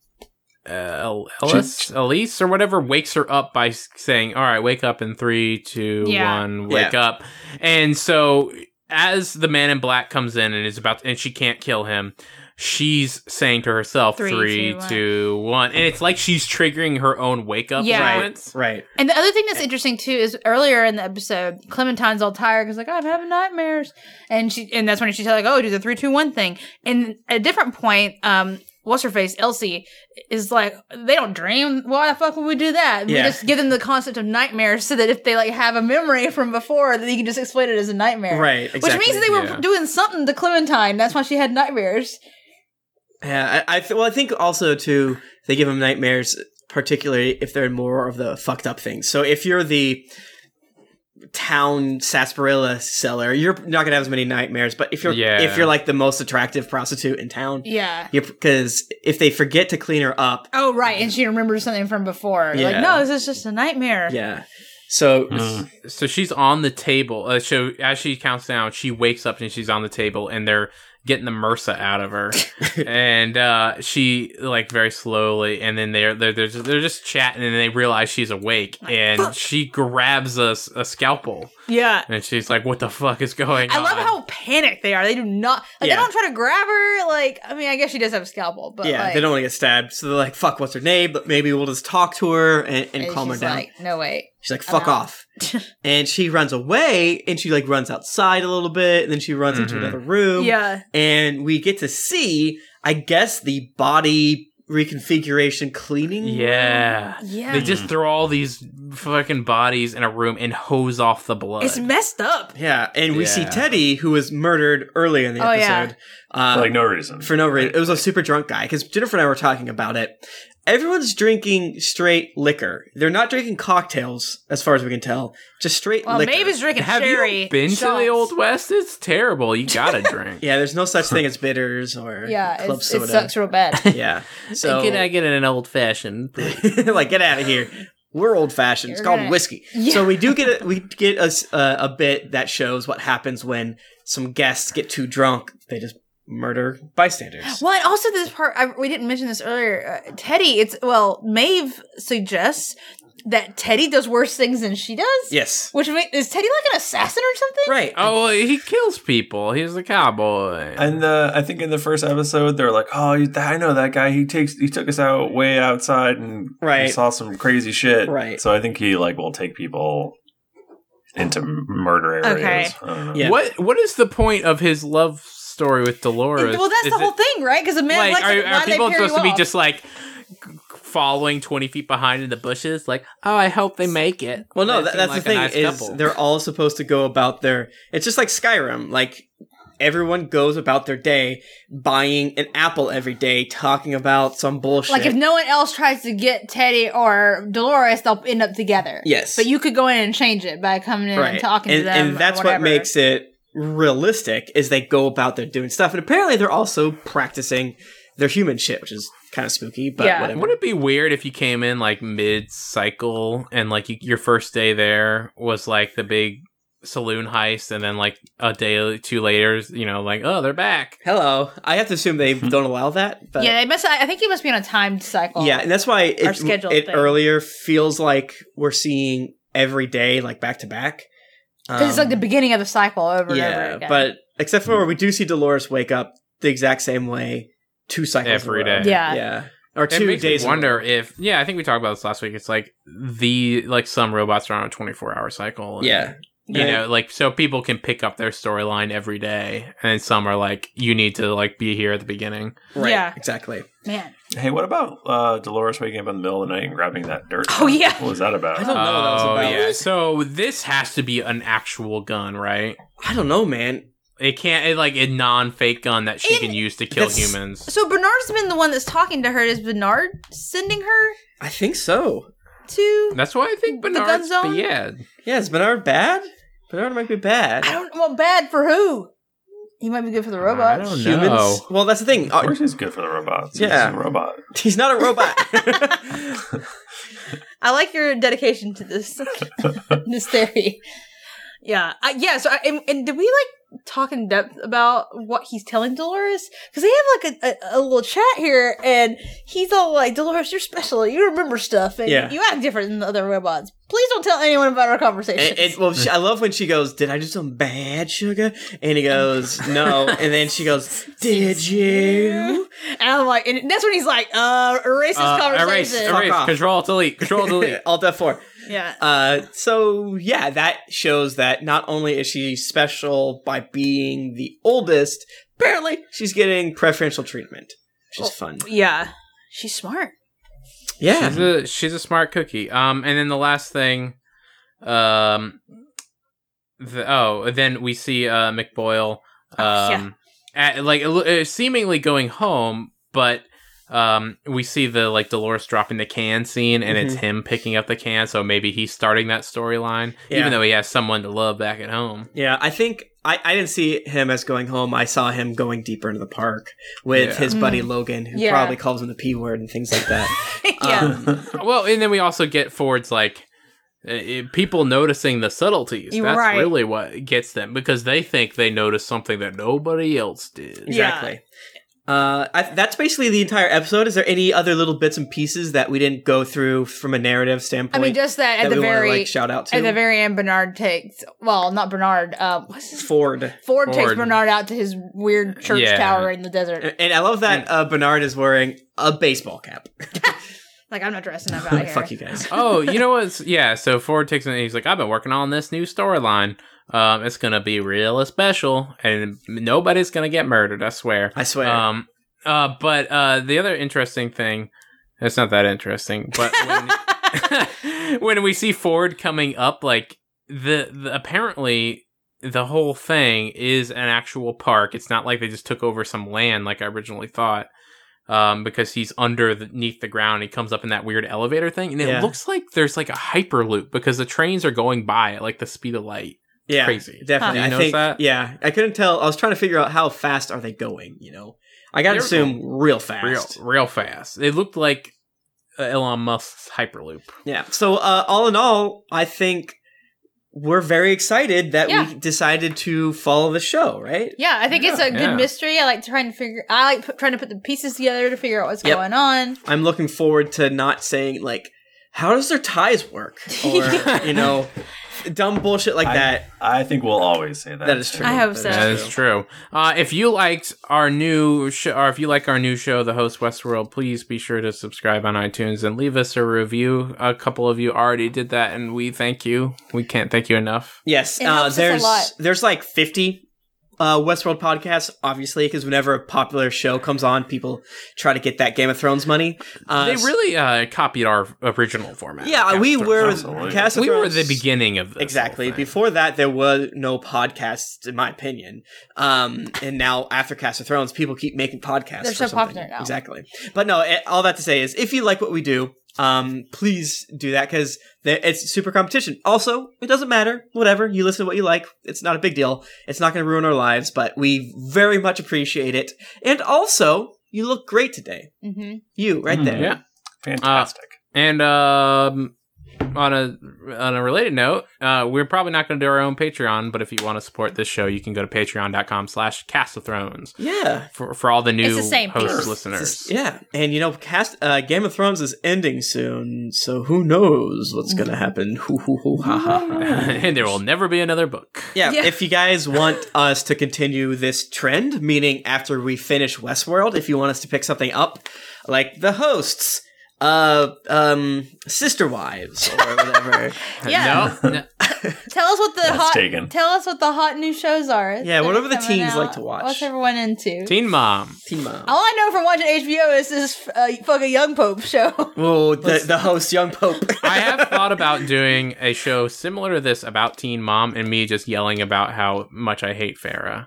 [SPEAKER 2] uh, El- Ellis, Elise or whatever wakes her up by s- saying, "All right, wake up in three, two, one,
[SPEAKER 1] Yeah.
[SPEAKER 2] wake up." And so as the man in black comes in and is about and she can't kill him, she's saying to herself,
[SPEAKER 1] Three,
[SPEAKER 2] three,
[SPEAKER 1] two,
[SPEAKER 2] two,
[SPEAKER 1] one."
[SPEAKER 2] one," And it's like she's triggering her own wake up
[SPEAKER 1] Yeah. Right.
[SPEAKER 2] moments.
[SPEAKER 4] Right.
[SPEAKER 1] And the other thing that's interesting too is earlier in the episode, Clementine's all tired because like I'm having nightmares, and she and that's when she's like, oh, do the three two one thing. And at a different point, um, what's her face, Elsie, is like, they don't dream. Why the fuck would we do that?
[SPEAKER 4] Yeah.
[SPEAKER 1] We just give them the concept of nightmares so that if they like have a memory from before, that you can just explain it as a nightmare.
[SPEAKER 4] Right. Exactly.
[SPEAKER 1] Which means they were
[SPEAKER 2] yeah.
[SPEAKER 1] doing something to Clementine. That's why she had nightmares.
[SPEAKER 4] Yeah. I, I th- well, I think also too they give them nightmares, particularly if they're in more of the fucked up things. So if you're the town sarsaparilla seller, you're not gonna have as many nightmares. But if you're
[SPEAKER 2] Yeah.
[SPEAKER 4] if you're like the most attractive prostitute in town,
[SPEAKER 1] Yeah.
[SPEAKER 4] because if they forget to clean her up,
[SPEAKER 1] Oh right, and she remembers something from before. Like
[SPEAKER 4] Yeah.
[SPEAKER 1] no, this is just a nightmare.
[SPEAKER 4] yeah. So
[SPEAKER 2] Hmm.
[SPEAKER 3] Mm.
[SPEAKER 2] so she's on the table. Uh, so as she counts down, she wakes up and she's on the table, and they're getting the MRSA out of her, and uh, she like very slowly, and then they're they're they're just, they're just chatting, and they realize she's awake, and she grabs a, s- a scalpel,
[SPEAKER 1] Yeah.
[SPEAKER 2] and she's like, "What the fuck is going
[SPEAKER 1] I
[SPEAKER 2] on?"
[SPEAKER 1] love how panicked they are. They do not. Like,
[SPEAKER 4] Yeah.
[SPEAKER 1] They don't try to grab her. Like, I mean, I guess she does have a scalpel, but
[SPEAKER 4] yeah,
[SPEAKER 1] like,
[SPEAKER 4] they don't want to get stabbed. So they're like, "Fuck, what's her name?" But maybe we'll just talk to her and, and,
[SPEAKER 1] and
[SPEAKER 4] calm her
[SPEAKER 1] she's
[SPEAKER 4] down.
[SPEAKER 1] Like, no way.
[SPEAKER 4] she's like, "Fuck
[SPEAKER 1] I'm out."
[SPEAKER 4] off," and she runs away. And she like runs outside a little bit, and then she runs into
[SPEAKER 2] Mhm.
[SPEAKER 4] another room.
[SPEAKER 1] Yeah.
[SPEAKER 4] and we get to see, I guess, the body reconfiguration cleaning. room.
[SPEAKER 2] yeah.
[SPEAKER 1] Yeah.
[SPEAKER 2] They just throw all these fucking bodies in a room and hose off the blood.
[SPEAKER 1] it's messed up.
[SPEAKER 4] yeah, and we see
[SPEAKER 2] Yeah.
[SPEAKER 4] Teddy, who was murdered early in the
[SPEAKER 1] Oh, yeah.
[SPEAKER 4] episode.
[SPEAKER 3] For
[SPEAKER 4] Uh,
[SPEAKER 3] like no reason.
[SPEAKER 4] for no reason. It was a super drunk guy because Jennifer and I were talking about it. Everyone's drinking straight liquor. They're not drinking cocktails, as far as we can tell. Just straight
[SPEAKER 1] Well,
[SPEAKER 4] liquor.
[SPEAKER 1] Maeve is drinking
[SPEAKER 2] Have
[SPEAKER 1] sherry.
[SPEAKER 2] you been to the
[SPEAKER 1] shots.
[SPEAKER 2] old west? It's terrible. You gotta drink.
[SPEAKER 4] yeah, there's no such thing as bitters or
[SPEAKER 1] Yeah,
[SPEAKER 4] club
[SPEAKER 1] it's,
[SPEAKER 4] soda.
[SPEAKER 1] it sucks real bad.
[SPEAKER 4] Yeah, so
[SPEAKER 2] can I get an old fashioned?
[SPEAKER 4] like get out of here. We're old fashioned. It's
[SPEAKER 1] You're
[SPEAKER 4] called
[SPEAKER 1] gonna-
[SPEAKER 4] whiskey.
[SPEAKER 1] Yeah.
[SPEAKER 4] So we do get a, we get a, s- uh, a bit that shows what happens when some guests get too drunk. They just murder bystanders.
[SPEAKER 1] Well, and also this part I, we didn't mention this earlier. Uh, Teddy, it's well, Maeve suggests that Teddy does worse things than she does.
[SPEAKER 4] Yes,
[SPEAKER 1] Which ma- is Teddy like an assassin or something?
[SPEAKER 4] right.
[SPEAKER 2] Oh, well, he kills people. He's a cowboy.
[SPEAKER 3] And the I think in the first episode they're like, oh, you- I know that guy. He takes he took us out way outside and
[SPEAKER 4] Right.
[SPEAKER 3] we saw some crazy shit.
[SPEAKER 4] Right.
[SPEAKER 3] So I think he like will take people into m- murder areas.
[SPEAKER 1] Okay.
[SPEAKER 3] I don't know.
[SPEAKER 4] Yeah.
[SPEAKER 2] What What is the point of his love story with Dolores?
[SPEAKER 1] Well, that's
[SPEAKER 2] Is
[SPEAKER 1] the whole
[SPEAKER 2] it-
[SPEAKER 1] thing, right? Because the man
[SPEAKER 2] Like,
[SPEAKER 1] likes it,
[SPEAKER 2] are,
[SPEAKER 1] why
[SPEAKER 2] are
[SPEAKER 1] they
[SPEAKER 2] people
[SPEAKER 1] pair you
[SPEAKER 2] supposed to be
[SPEAKER 1] off?
[SPEAKER 2] just like g- following twenty feet behind in the bushes? Like, oh, I hope they make it.
[SPEAKER 4] Well, no,
[SPEAKER 2] They
[SPEAKER 4] that,
[SPEAKER 2] seem
[SPEAKER 4] that's
[SPEAKER 2] like a
[SPEAKER 4] the thing
[SPEAKER 2] nice
[SPEAKER 4] is
[SPEAKER 2] couple.
[SPEAKER 4] they're all supposed to go about their. It's just like Skyrim. Like everyone goes about their day buying an apple every day, talking about some bullshit.
[SPEAKER 1] Like if no one else tries to get Teddy or Dolores, they'll end up together.
[SPEAKER 4] yes,
[SPEAKER 1] But you could go in and change it by coming in and talking
[SPEAKER 4] and,
[SPEAKER 1] to them.
[SPEAKER 4] and that's what makes it realistic is they go about their doing stuff, and apparently they're also practicing their human shit, which is kind of spooky, but
[SPEAKER 1] Yeah.
[SPEAKER 4] whatever.
[SPEAKER 2] Would it be weird if you came in like mid cycle and like you, your first day there was like the big saloon heist, and then like a day or two later, you know, like oh they're back.
[SPEAKER 4] Hello, I have to assume they don't allow that, but
[SPEAKER 1] Yeah, they must. I I think he must be on a timed cycle.
[SPEAKER 4] Yeah, and that's why
[SPEAKER 1] Our
[SPEAKER 4] it,
[SPEAKER 1] schedule
[SPEAKER 4] it
[SPEAKER 1] thing.
[SPEAKER 4] earlier feels like we're seeing every day, like back to back. Um,
[SPEAKER 1] because it's
[SPEAKER 2] um,
[SPEAKER 1] like the beginning of the cycle over and over
[SPEAKER 4] yeah,
[SPEAKER 1] again.
[SPEAKER 4] but except for where we do see Dolores wake up the exact same way two cycles
[SPEAKER 2] Every
[SPEAKER 4] in a row.
[SPEAKER 1] day. Yeah.
[SPEAKER 4] yeah, or
[SPEAKER 2] It
[SPEAKER 4] two
[SPEAKER 2] makes me
[SPEAKER 4] days. in a row.
[SPEAKER 2] wonder if yeah, I think we talked about this last week. It's like the like some robots are on a twenty four hour cycle. and,
[SPEAKER 4] Yeah,
[SPEAKER 2] you know, like so people can pick up their storyline every day, and some are like you need to like be here at the beginning.
[SPEAKER 4] right,
[SPEAKER 1] Yeah.
[SPEAKER 4] exactly.
[SPEAKER 1] man,
[SPEAKER 3] Hey, what about uh, Dolores waking up in the middle of the night and grabbing that dirt?
[SPEAKER 1] Oh, yeah.
[SPEAKER 3] What was that about?
[SPEAKER 4] I don't know what that was
[SPEAKER 2] Oh,
[SPEAKER 4] about.
[SPEAKER 2] yeah. So this has to be an actual gun, right?
[SPEAKER 4] I don't know, man.
[SPEAKER 2] It can't it, like a non-fake gun that she
[SPEAKER 1] It-
[SPEAKER 2] can use to kill
[SPEAKER 4] that's-
[SPEAKER 2] humans.
[SPEAKER 1] so Bernard's been the one that's talking to her. Is Bernard sending her
[SPEAKER 4] I think so.
[SPEAKER 1] to?
[SPEAKER 2] That's why I think
[SPEAKER 1] The gun
[SPEAKER 2] Bernard's
[SPEAKER 1] zone?
[SPEAKER 2] bad.
[SPEAKER 4] Yeah, is Bernard bad? Bernard might be bad.
[SPEAKER 1] I don't. Well, bad for who? He might be good for the robots.
[SPEAKER 2] I don't know.
[SPEAKER 4] Humans.
[SPEAKER 2] No.
[SPEAKER 4] Well, that's the thing.
[SPEAKER 3] Of
[SPEAKER 4] Uh,
[SPEAKER 3] course, he's good for the robots.
[SPEAKER 4] Yeah.
[SPEAKER 3] he's a robot.
[SPEAKER 4] he's not a robot.
[SPEAKER 1] I like your dedication to this this theory. Yeah, I, yeah. So, I, and, and did we like talk in depth about what he's telling Dolores? Because they have like a, a, a little chat here, and he's all like, "Dolores, you're special. You remember stuff, and
[SPEAKER 4] Yeah.
[SPEAKER 1] you act different than the other robots. Please don't tell anyone about our conversation."
[SPEAKER 4] And, and- well, she, I love when she goes, "Did I do some bad sugar?" And he goes, "No." And then she goes, "Did you?"
[SPEAKER 1] and I'm like, and that's when he's like, "Uh, erase this
[SPEAKER 2] Uh, erase,
[SPEAKER 1] conversation."
[SPEAKER 2] erase,
[SPEAKER 4] off.
[SPEAKER 2] control, delete, control, delete.
[SPEAKER 4] Alt F4.
[SPEAKER 1] Yeah,
[SPEAKER 4] Uh, so yeah, that shows that not only is she special by being the oldest, apparently she's getting preferential treatment, which is fun.
[SPEAKER 1] yeah. She's smart.
[SPEAKER 4] Yeah,
[SPEAKER 2] She's a she's a smart cookie. Um, and then the last thing, um, the, oh, then we see uh McBoyle, um,
[SPEAKER 1] Oh, yeah.
[SPEAKER 2] at, like a li- uh, seemingly going home, but um, we see the like Dolores dropping the can scene, and it's
[SPEAKER 4] Mhm.
[SPEAKER 2] him picking up the can. So maybe he's starting that storyline,
[SPEAKER 4] Yeah.
[SPEAKER 2] even though he has someone to love back at home.
[SPEAKER 4] yeah. I think I, I didn't see him as going home. I saw him going deeper into the park with
[SPEAKER 2] Yeah.
[SPEAKER 4] his buddy Logan, who
[SPEAKER 1] Mm. Yeah.
[SPEAKER 4] probably calls him the p word and things like that.
[SPEAKER 1] yeah.
[SPEAKER 4] Um,
[SPEAKER 2] Well, and then we also get Ford's like uh, uh, people noticing the subtleties.
[SPEAKER 1] You're
[SPEAKER 2] That's
[SPEAKER 1] right.
[SPEAKER 2] really what gets them because they think they noticed something that nobody else did.
[SPEAKER 1] Yeah.
[SPEAKER 4] Exactly. Uh, I, that's basically the entire episode. Is there any other little bits and pieces that we didn't go through from a narrative
[SPEAKER 1] I
[SPEAKER 4] standpoint?
[SPEAKER 1] mean, just that at
[SPEAKER 4] that
[SPEAKER 1] the
[SPEAKER 4] we wanna,
[SPEAKER 1] very
[SPEAKER 4] like, shout out to
[SPEAKER 1] At the very end, Bernard takes well, not Bernard. Uh, what's his
[SPEAKER 4] Ford. Eh.
[SPEAKER 1] Ford, takes
[SPEAKER 2] Ford.
[SPEAKER 1] Bernard out to his weird church
[SPEAKER 2] Yeah.
[SPEAKER 1] tower in the desert.
[SPEAKER 4] And I love
[SPEAKER 2] Mm.
[SPEAKER 4] that uh, Bernard is wearing a baseball cap.
[SPEAKER 1] Like I'm not dressing up out here.
[SPEAKER 4] Fuck you guys.
[SPEAKER 2] oh, you know what's yeah. So Ford takes it and he's like, I've been working on this new storyline. Um, it's gonna be real special, and nobody's gonna get murdered. I swear.
[SPEAKER 4] I swear.
[SPEAKER 2] Um, uh, but uh, the other interesting thing, it's not that interesting, but when, when we see Ford coming up, like the, the apparently the whole thing is an actual park. It's not like they just took over some land like I originally thought. Um, because he's underneath the ground, he comes up in that weird elevator thing, and it
[SPEAKER 4] Yeah.
[SPEAKER 2] looks like there's like a hyperloop because the trains are going by at like the speed of light.
[SPEAKER 4] yeah,
[SPEAKER 2] crazy.
[SPEAKER 4] Definitely.
[SPEAKER 2] Huh.
[SPEAKER 4] I
[SPEAKER 2] You notice
[SPEAKER 4] think.
[SPEAKER 2] that?
[SPEAKER 4] Yeah, I couldn't tell. I was trying to figure out how fast are they going. You know, I gotta
[SPEAKER 2] They're
[SPEAKER 4] assume real fast.
[SPEAKER 2] Real, real fast. It looked like uh, Elon Musk's hyperloop.
[SPEAKER 4] Yeah. So uh, all in all, I think we're very excited that
[SPEAKER 1] Yeah.
[SPEAKER 4] we decided to follow the show. Right.
[SPEAKER 1] Yeah, I think it's a good
[SPEAKER 2] Yeah.
[SPEAKER 1] mystery. I like trying to figure. I like put, trying to put the pieces together to figure out what's
[SPEAKER 4] Yep.
[SPEAKER 1] going on.
[SPEAKER 4] I'm looking forward to not saying like, how does their ties work, or you know, dumb bullshit like
[SPEAKER 3] I-
[SPEAKER 4] that.
[SPEAKER 3] I think we'll always say that.
[SPEAKER 4] That is true.
[SPEAKER 1] I hope so.
[SPEAKER 2] That is true. Uh, if you liked our new show, or if you like our new show, The Host Westworld, please be sure to subscribe on iTunes and leave us a review. A couple of you already did that, and we thank you. We can't thank you enough.
[SPEAKER 4] Yes.
[SPEAKER 1] It
[SPEAKER 4] Uh,
[SPEAKER 1] helps us a
[SPEAKER 4] there's
[SPEAKER 1] lot.
[SPEAKER 4] there's like 50 uh, Westworld podcast, obviously, because whenever a popular show comes on, people try to get that Game of Thrones money. Uh,
[SPEAKER 2] they really uh, copied our original format.
[SPEAKER 4] yeah,
[SPEAKER 2] Cast
[SPEAKER 4] we
[SPEAKER 2] of
[SPEAKER 4] were
[SPEAKER 2] Thrones.
[SPEAKER 3] Absolutely.
[SPEAKER 4] Cast of
[SPEAKER 2] we were the
[SPEAKER 4] Thrones-
[SPEAKER 2] beginning of this
[SPEAKER 4] Exactly.
[SPEAKER 2] whole thing.
[SPEAKER 4] Before that, there was no podcasts, in my opinion. Um, and now after Cast of Thrones, people keep making podcasts.
[SPEAKER 1] They're
[SPEAKER 4] for
[SPEAKER 1] so
[SPEAKER 4] something.
[SPEAKER 1] popular now.
[SPEAKER 4] Exactly. But no, eh, all that to say is, if you like what we do, um, please do that because it's super competition. Also, it doesn't matter. Whatever you listen to, what you like, it's not a big deal. It's not going to ruin our lives, but we very much appreciate it. And also, you look great today.
[SPEAKER 1] Mm-hmm.
[SPEAKER 4] You right
[SPEAKER 3] Hmm.
[SPEAKER 4] there.
[SPEAKER 2] Yeah.
[SPEAKER 3] Fantastic.
[SPEAKER 2] And um, on a on a related note, uh, we're probably not going to do our own Patreon, but if you want to support this show, you can go to patreon.com/slash Cast of Thrones
[SPEAKER 4] Yeah.
[SPEAKER 2] for, for all the new
[SPEAKER 1] the same
[SPEAKER 2] host
[SPEAKER 1] thing.
[SPEAKER 2] listeners.
[SPEAKER 4] Yeah, and you know, cast uh, Game of Thrones is ending soon, so who knows what's gonna happen? Hoo hoo hoo ha ha. ha.
[SPEAKER 2] and there will never be another book.
[SPEAKER 4] Yeah,
[SPEAKER 1] Yeah.
[SPEAKER 4] if you guys want us to continue this trend, meaning after we finish Westworld, if you want us to pick something up, like the hosts, uh, um, sister wives or whatever.
[SPEAKER 1] Yeah.
[SPEAKER 2] No, no,
[SPEAKER 1] Tell us what the
[SPEAKER 3] That's
[SPEAKER 1] hot.
[SPEAKER 3] taken.
[SPEAKER 1] Tell us what the hot new shows are.
[SPEAKER 4] Yeah,
[SPEAKER 1] that
[SPEAKER 4] whatever
[SPEAKER 1] are
[SPEAKER 4] the
[SPEAKER 1] coming
[SPEAKER 4] teens
[SPEAKER 1] out.
[SPEAKER 4] like to watch.
[SPEAKER 1] What's everyone into?
[SPEAKER 2] Teen Mom.
[SPEAKER 4] Tima.
[SPEAKER 1] All I know from watching HBO is this uh, fucking Young Pope show.
[SPEAKER 4] Whoa, the, the host, young pope.
[SPEAKER 2] I have thought about doing a show similar to this about Teen Mom and me just yelling about how much I hate Farah.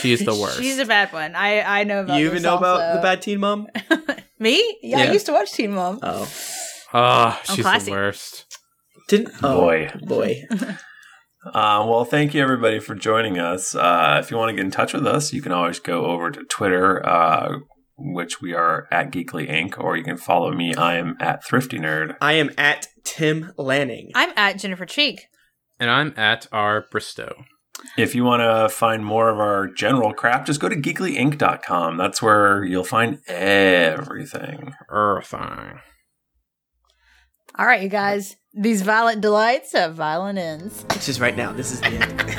[SPEAKER 2] She's the worst.
[SPEAKER 1] She's a bad one. I I know about.
[SPEAKER 4] you
[SPEAKER 1] this
[SPEAKER 4] even know about
[SPEAKER 1] also.
[SPEAKER 4] the bad teen mom?
[SPEAKER 1] Me? Yeah,
[SPEAKER 4] Yeah.
[SPEAKER 1] I used to watch Teen Mom.
[SPEAKER 4] Oh,
[SPEAKER 2] oh, she's the
[SPEAKER 1] classy.
[SPEAKER 2] worst.
[SPEAKER 4] didn't oh,
[SPEAKER 3] Boy.
[SPEAKER 4] boy.
[SPEAKER 3] Uh, well, thank you everybody for joining us. Uh, if you want to get in touch with us, you can always go over to Twitter, uh, which we are at Geekly Inc., or you can follow me. I am at Thrifty Nerd.
[SPEAKER 4] I am at Tim Lanning.
[SPEAKER 1] I'm at Jennifer Cheek.
[SPEAKER 2] And I'm at our Bristow.
[SPEAKER 3] If you want to find more of our general crap, just go to geeklyinc.com. That's where you'll find everything.
[SPEAKER 2] Earthing.
[SPEAKER 1] All right, you guys. These violent delights have violent ends.
[SPEAKER 4] Which is right now. This is the end.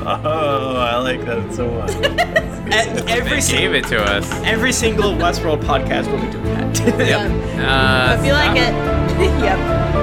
[SPEAKER 3] Oh, I like that so much.
[SPEAKER 4] And every
[SPEAKER 2] Gave
[SPEAKER 4] single
[SPEAKER 2] it to us.
[SPEAKER 4] every single Westworld podcast will be doing that.
[SPEAKER 1] Yep.
[SPEAKER 2] Uh,
[SPEAKER 1] Hope you like it. yep.